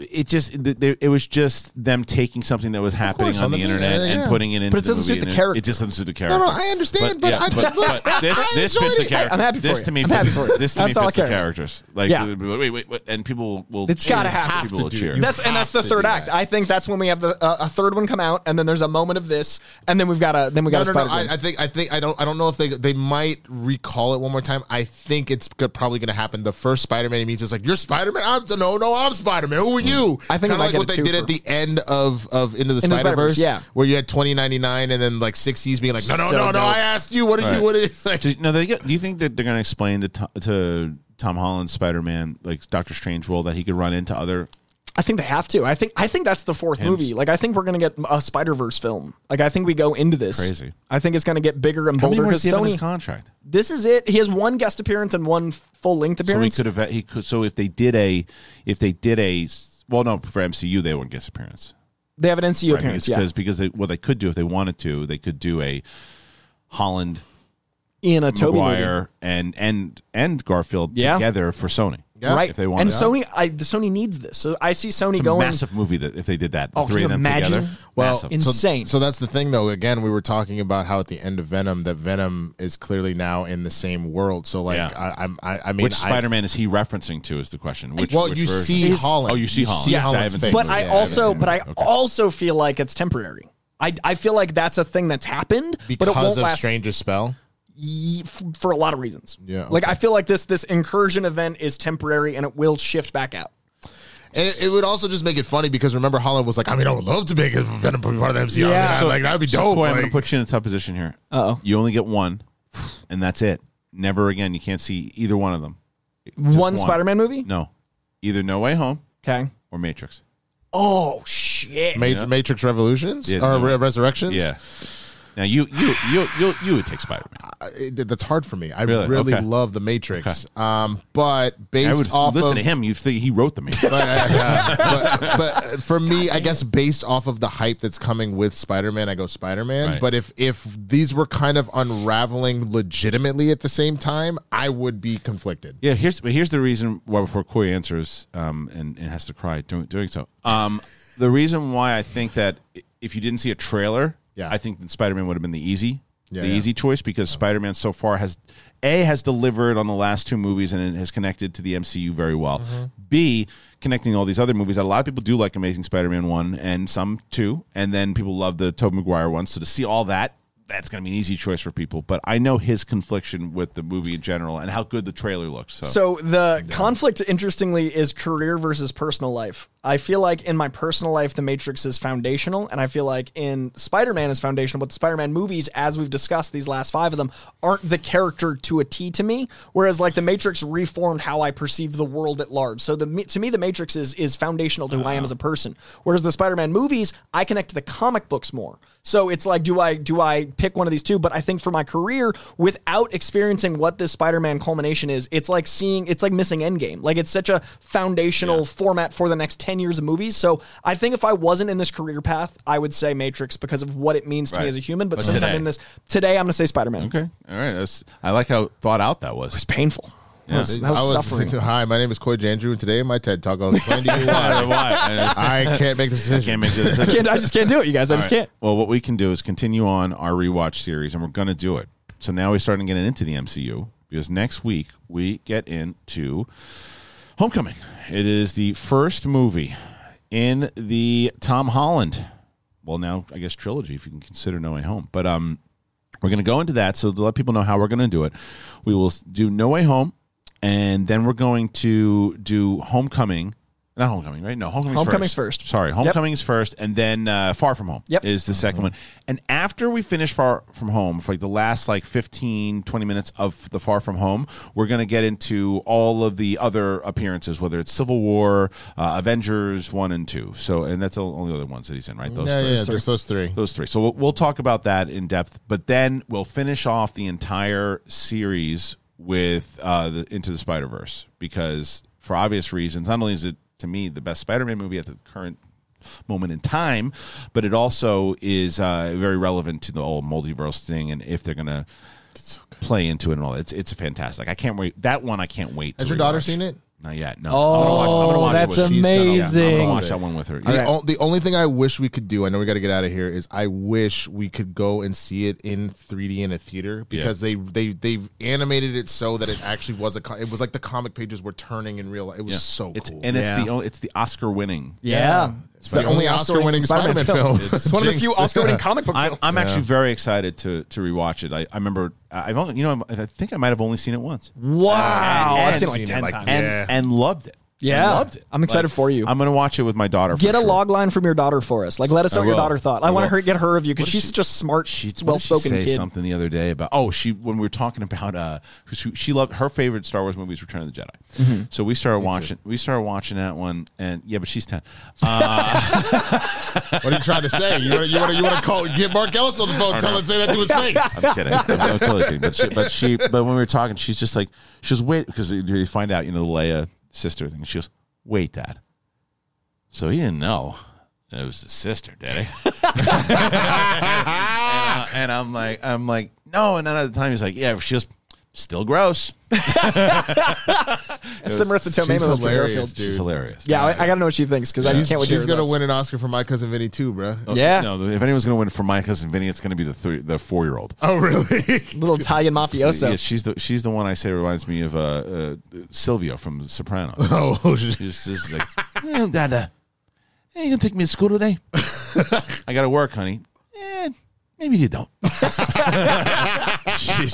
A: It just. th- they- It was just them taking something that was happening
B: course,
A: on, the, internet
B: yeah, yeah.
A: and putting it into.
C: it doesn't
A: the
C: suit
A: movie,
C: the
A: and it-
C: character.
A: It just doesn't suit the character.
B: No, no, I understand, but,
A: yeah,
B: I,
A: but,
B: look,
A: but this
B: I
A: this
B: enjoyed
A: fits the
B: it.
A: character.
C: I'm happy for
A: this
C: you.
A: to me
C: I'm
A: fits,
C: happy for you.
A: This to me
C: That's all
A: fits
C: I
A: the
C: care about.
A: characters. Like
C: Yeah.
A: wait, wait, wait, and people will.
C: It's gotta
A: cheer.
C: happen.
A: People will
B: Have to do
A: cheer.
B: it.
C: That's and
B: have
C: that's the
B: to
C: third
B: do
C: act.
B: that.
C: I think that's when we have the uh, a third one come out, and then there's a moment of this, and then we've got a then we
B: No,
C: got
B: no,
C: a
B: no.
C: Spider.
B: I, I think I think I don't I don't know if they they might recall it one more time. I think it's go- probably going to happen. The first Spider-Man he meets is like you're Spider-Man. I'm no no I'm Spider-Man. Who are you?
C: I think we
B: kind of
C: might
B: like
C: get
B: what
C: a
B: they
C: two
B: did
C: for-
B: at the end of of
C: Into
B: Into the
C: the
B: Spider-Verse,
C: Spider-Verse, yeah.
B: where you had 2099 and then like 60s being like no no
C: So
B: no no.
C: dope.
B: I asked you what are
A: Right.
B: you what are you like.
A: Do, no, they get, do you think that they're going to explain to, To- to Tom Holland Spider Man, like Doctor Strange, will that he could run into other?
C: I think they have to. I think I think that's the fourth movie. Like I think we're gonna get a Spider Verse film. Like I think we go into this.
A: Crazy.
C: I think it's gonna get bigger and
A: How many
C: bolder
A: more does
C: because
A: he have in his
C: Sony.
A: contract?
C: this is it. He has one guest appearance and one full length
A: So he
C: appearance.
A: could have. He could. So if they did a, if they did a, s- well, no, for MCU they wouldn't guess appearance.
C: they have an NCU
A: Right?
C: appearance.
A: Because
C: Yeah,
A: because they, what they could do if they wanted to, they could do a Holland,
C: in a Toby movie.
A: Maguire, and and and Garfield
C: Yeah.
A: together for Sony.
B: Yeah.
C: right?
A: If they want
C: and
A: it.
C: Sony, I, the Sony needs this. So I see Sony
A: It's a
C: going.
A: massive movie that if they did that, the
C: Oh,
A: three
C: can
A: of them
C: you imagine?
A: together.
B: Well,
A: massive.
B: so-
C: Insane.
B: So, that's the thing, though. Again, we were talking about how at the end of Venom, that Venom is clearly now in the same world. So, like,
A: Yeah.
B: I, I'm, I, I mean,
A: which
B: I-
A: Spider-Man is he referencing to is the question. Which,
B: Well,
A: which
B: you
A: version?
B: see
C: His-
B: Holland.
A: Oh, you see Holland. Yes, I
B: Holland's
A: haven't
B: face.
A: seen
C: but
A: Yeah,
C: I
A: I
C: also,
A: understand
C: but I
A: that. Okay.
C: also feel like it's temporary. I, I feel like that's a thing that's happened,
B: because
C: but it won't
B: of
C: last
B: Stranger Spell.
C: ye- f- for a lot of reasons.
B: Yeah,
C: like
B: okay.
C: I feel like this this incursion event is temporary and it will shift back out.
B: And it, it would also just make it funny because remember Holland was like, I mean, I would love to make a Venom part of the MCU. I mean,
C: Yeah.
B: I- like that'd be
A: So,
B: dope.
A: Coy, I'm
B: like-
A: going to put you in a tough position here.
C: Uh-oh.
A: You only get one, and that's it. Never again. You can't see either one of them. Just
C: one Spider-Man movie.
A: No, either No Way Home
C: Okay.
A: or Matrix.
C: Oh shit.
B: Ma- Matrix Revolutions
A: Yeah,
B: or
A: no.
B: Re- Resurrections.
A: Yeah. Now you you you you you would take Spider-Man.
B: I- it- that's hard for me. I
A: Really?
B: really,
A: Okay.
B: love the Matrix. Um, but based
A: I would
B: off
A: listen
B: of,
A: to him. You think he wrote the Matrix?
B: but, uh, yeah. but, but for me, I guess based off of the hype that's coming with Spider Man, I go Spider Man.
A: Right.
B: But if if these were kind of unraveling legitimately at the same time, I would be conflicted.
A: Yeah, here's but here's the reason why before Corey answers um, and, and has to cry doing, doing so. Um, the reason why I think that i- if you didn't see a trailer,
B: Yeah.
A: I think that Spider Man would have been the easy
B: Yeah,
A: the
B: yeah.
A: easy choice because Spider Man so far has A has delivered on the last two movies and it has connected to the MCU very well. B connecting all these other movies that a lot of people do like Amazing Spider Man one and some two, and then people love the Tobey Maguire one. So to see all that that's going to be an easy choice for people, but I know his confliction with the movie in general and how good the trailer looks.
C: So the conflict, interestingly, is career versus personal life. I feel like in my personal life, The Matrix is foundational, and I feel like in Spider Man is foundational. But the Spider Man movies, as we've discussed, these last five of them aren't the character to a T to me. Whereas like The Matrix reformed how I perceive the world at large. So the to me, The Matrix is is foundational to who I am as a person. Whereas the Spider Man movies, I connect to the comic books more. So it's like, do I do I pick one of these two? But I think for my career, without experiencing what this Spider-Man culmination is, it's like seeing it's like missing Endgame. Like it's such a foundational format for the next ten years of movies. So I think if I wasn't in this career path, I would say Matrix because of what it means to
A: Right.
C: me as a human. But,
A: But
C: since
A: today-
C: I'm in this today, I'm gonna say Spider-Man.
A: Okay. All right. That's, I like how thought out that was.
C: It's painful. That was- that was
B: I was-
C: suffering.
B: Hi, my name is Coy Jandrew, and today in my TED Talk, I'll explain to you why
A: I
B: I can't make the decision.
A: can't make this.
C: I can't. I just can't do it, you guys. I just can't.
A: Well, what we can do is continue on our rewatch series, and we're going to do it. So now we're starting getting into the MCU because next week we get into Homecoming. It is the first movie in the Tom Holland, well, now I guess trilogy, if you can consider No Way Home. But um, we're going to go into that. So to let people know how we're going to do it, we will s- do No Way Home, and then we're going to do Homecoming. Not Homecoming, right? No, Homecoming's,
C: Homecoming's
A: first.
C: first.
A: Sorry, Homecoming is first, and then uh, Far From Home
C: Yep.
A: is the 2nd one. And after we finish Far From Home, for like the last like 15, 20 minutes of the Far From Home, we're going to get into all of the other appearances, whether it's Civil War, uh, Avengers 1 and 2. So, and that's the only other ones that he's in, right? Those
B: Yeah,
A: three.
B: yeah, just those three.
A: Those three. So we'll, we'll talk about that in depth, but then we'll finish off the entire series with uh, the, Into the Spider Verse because, for obvious reasons, not only is it to me the best Spider Man movie at the current moment in time, but it also is uh, very relevant to the whole multiverse thing and if they're gonna play into it and all. It's it's fantastic. I can't wait. That one I can't wait. to
B: Has your daughter
A: rewatch.
B: seen it?
A: Not yet. No. I'm gonna watch- I'm gonna watch it
C: Oh, that's
A: with-
B: she's gonna- yeah, I'm
A: Yeah, I'm gonna
C: amazing.
A: watch that one with her.
B: The,
A: Yeah.
B: o- the only thing I wish we could do, I know we got to get out of here, is I wish we could go and see it in 3D in a theater because they they they've animated it so that it actually was a co- it was like the comic pages were turning in real life. It was
A: Yeah.
B: so
A: It's,
B: cool.
A: And it's
C: Yeah.
A: the only, it's the Oscar winning.
C: Yeah.
B: it's the, only Oscar-winning Spider-Man film.
C: It's one of the few
B: Jinx.
C: Oscar-winning comic book
A: I'm,
C: films.
A: I'm actually very excited to to rewatch it. I, I remember I've only you know I I think I might have only seen it once.
C: wow.
A: And-
C: Oh, I've seen it like
B: seen it
C: ten
B: like
C: times.
A: and
B: Yeah.
A: and loved it.
C: Yeah.
A: I loved it.
C: I'm excited for you.
A: I'm gonna watch it with my daughter. for
C: Get a
A: sure.
C: log line from your daughter for us. Like, let us know what your
A: will.
C: daughter thought.
A: I
C: I, want
A: will.
C: to get her review because she's such a smart,
A: She what did
C: well spoken
A: she say
C: kid.
A: something the other day about oh she when we were talking about uh she, she loved her favorite Star Wars movie is Return of the Jedi.
C: Mm-hmm.
A: So we started watching we started watching that one and yeah but she's ten.
B: What are you trying to say? You want to you want to you want to call get Mark Ellis on the phone, tell him to say that to his face.
A: I'm kidding. I'm, I'm totally kidding. But she, but she, but when we were talking, she's just like, she was wait because you find out, you know, the Leia sister thing. She goes, wait, Dad. So he didn't know it was his sister, did he? and, uh, I, am like, I'm like, no. And then at the time, he's like, yeah. She goes, Still gross.
C: It's the Marissa Tomei
B: She's
C: movie with
B: hilarious,
C: Garfield.
B: dude.
A: She's hilarious.
C: Yeah, I, I gotta know what she thinks because I
B: She's,
C: can't wait
B: she's
C: to hear Oh.
B: gonna
C: her
B: win an Oscar for My Cousin Vinny too, bro.
C: thoughts. Yeah,
A: No, if anyone's going to win for my cousin Vinny, it's going to be the three, the four year old.
B: Oh, really?
C: little Italian mafioso.
A: Yeah, she's the she's the one I say reminds me of uh, uh, Silvio from The Sopranos.
B: oh, she's-
A: She's just like, "Eh, Dada, hey, you gonna take me to school today? I gotta work, honey. Eh, maybe you don't. she's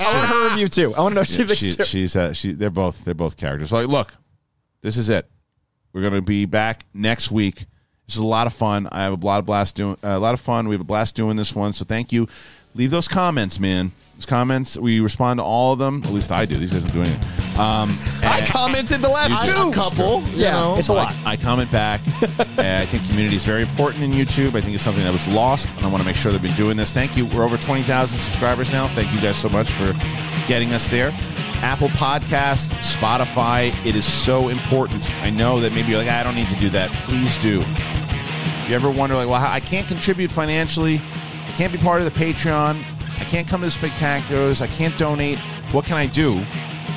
C: I want
A: just-
C: her review too. I want to know what she
A: yeah,
C: thinks
A: she-
C: too.
A: she's uh, she. They're both they're both characters. Like, look, this is it. We're gonna be back next week. This is a lot of fun. I have a lot of blast doing uh, a lot of fun. We have a blast doing this one. So thank you. Leave those comments, man. Those comments. We respond to all of them. At least I do. These guys are doing it. Um,
C: I commented the last
B: I-
C: two.
B: a couple. You
C: Yeah,
B: know.
C: it's a lot.
A: I comment back. Uh, I think community is very important in YouTube. I think it's something that was lost, and I want to make sure that we're doing this. Thank you. We're over 20,000 subscribers now. Thank you guys so much for getting us there. Apple Podcast, Spotify, it is so important. I know that maybe you're like, I don't need to do that. Please do. If you ever wonder, like, well, I can't contribute financially, I can't be part of the Patreon, I can't come to the spectaculars, I can't donate, what can I do?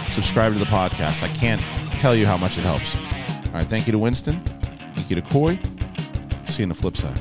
A: Subscribe to the podcast. I can't tell you how much it helps. All right, thank you to Winston. Thank you to Coy. See you on the flip side.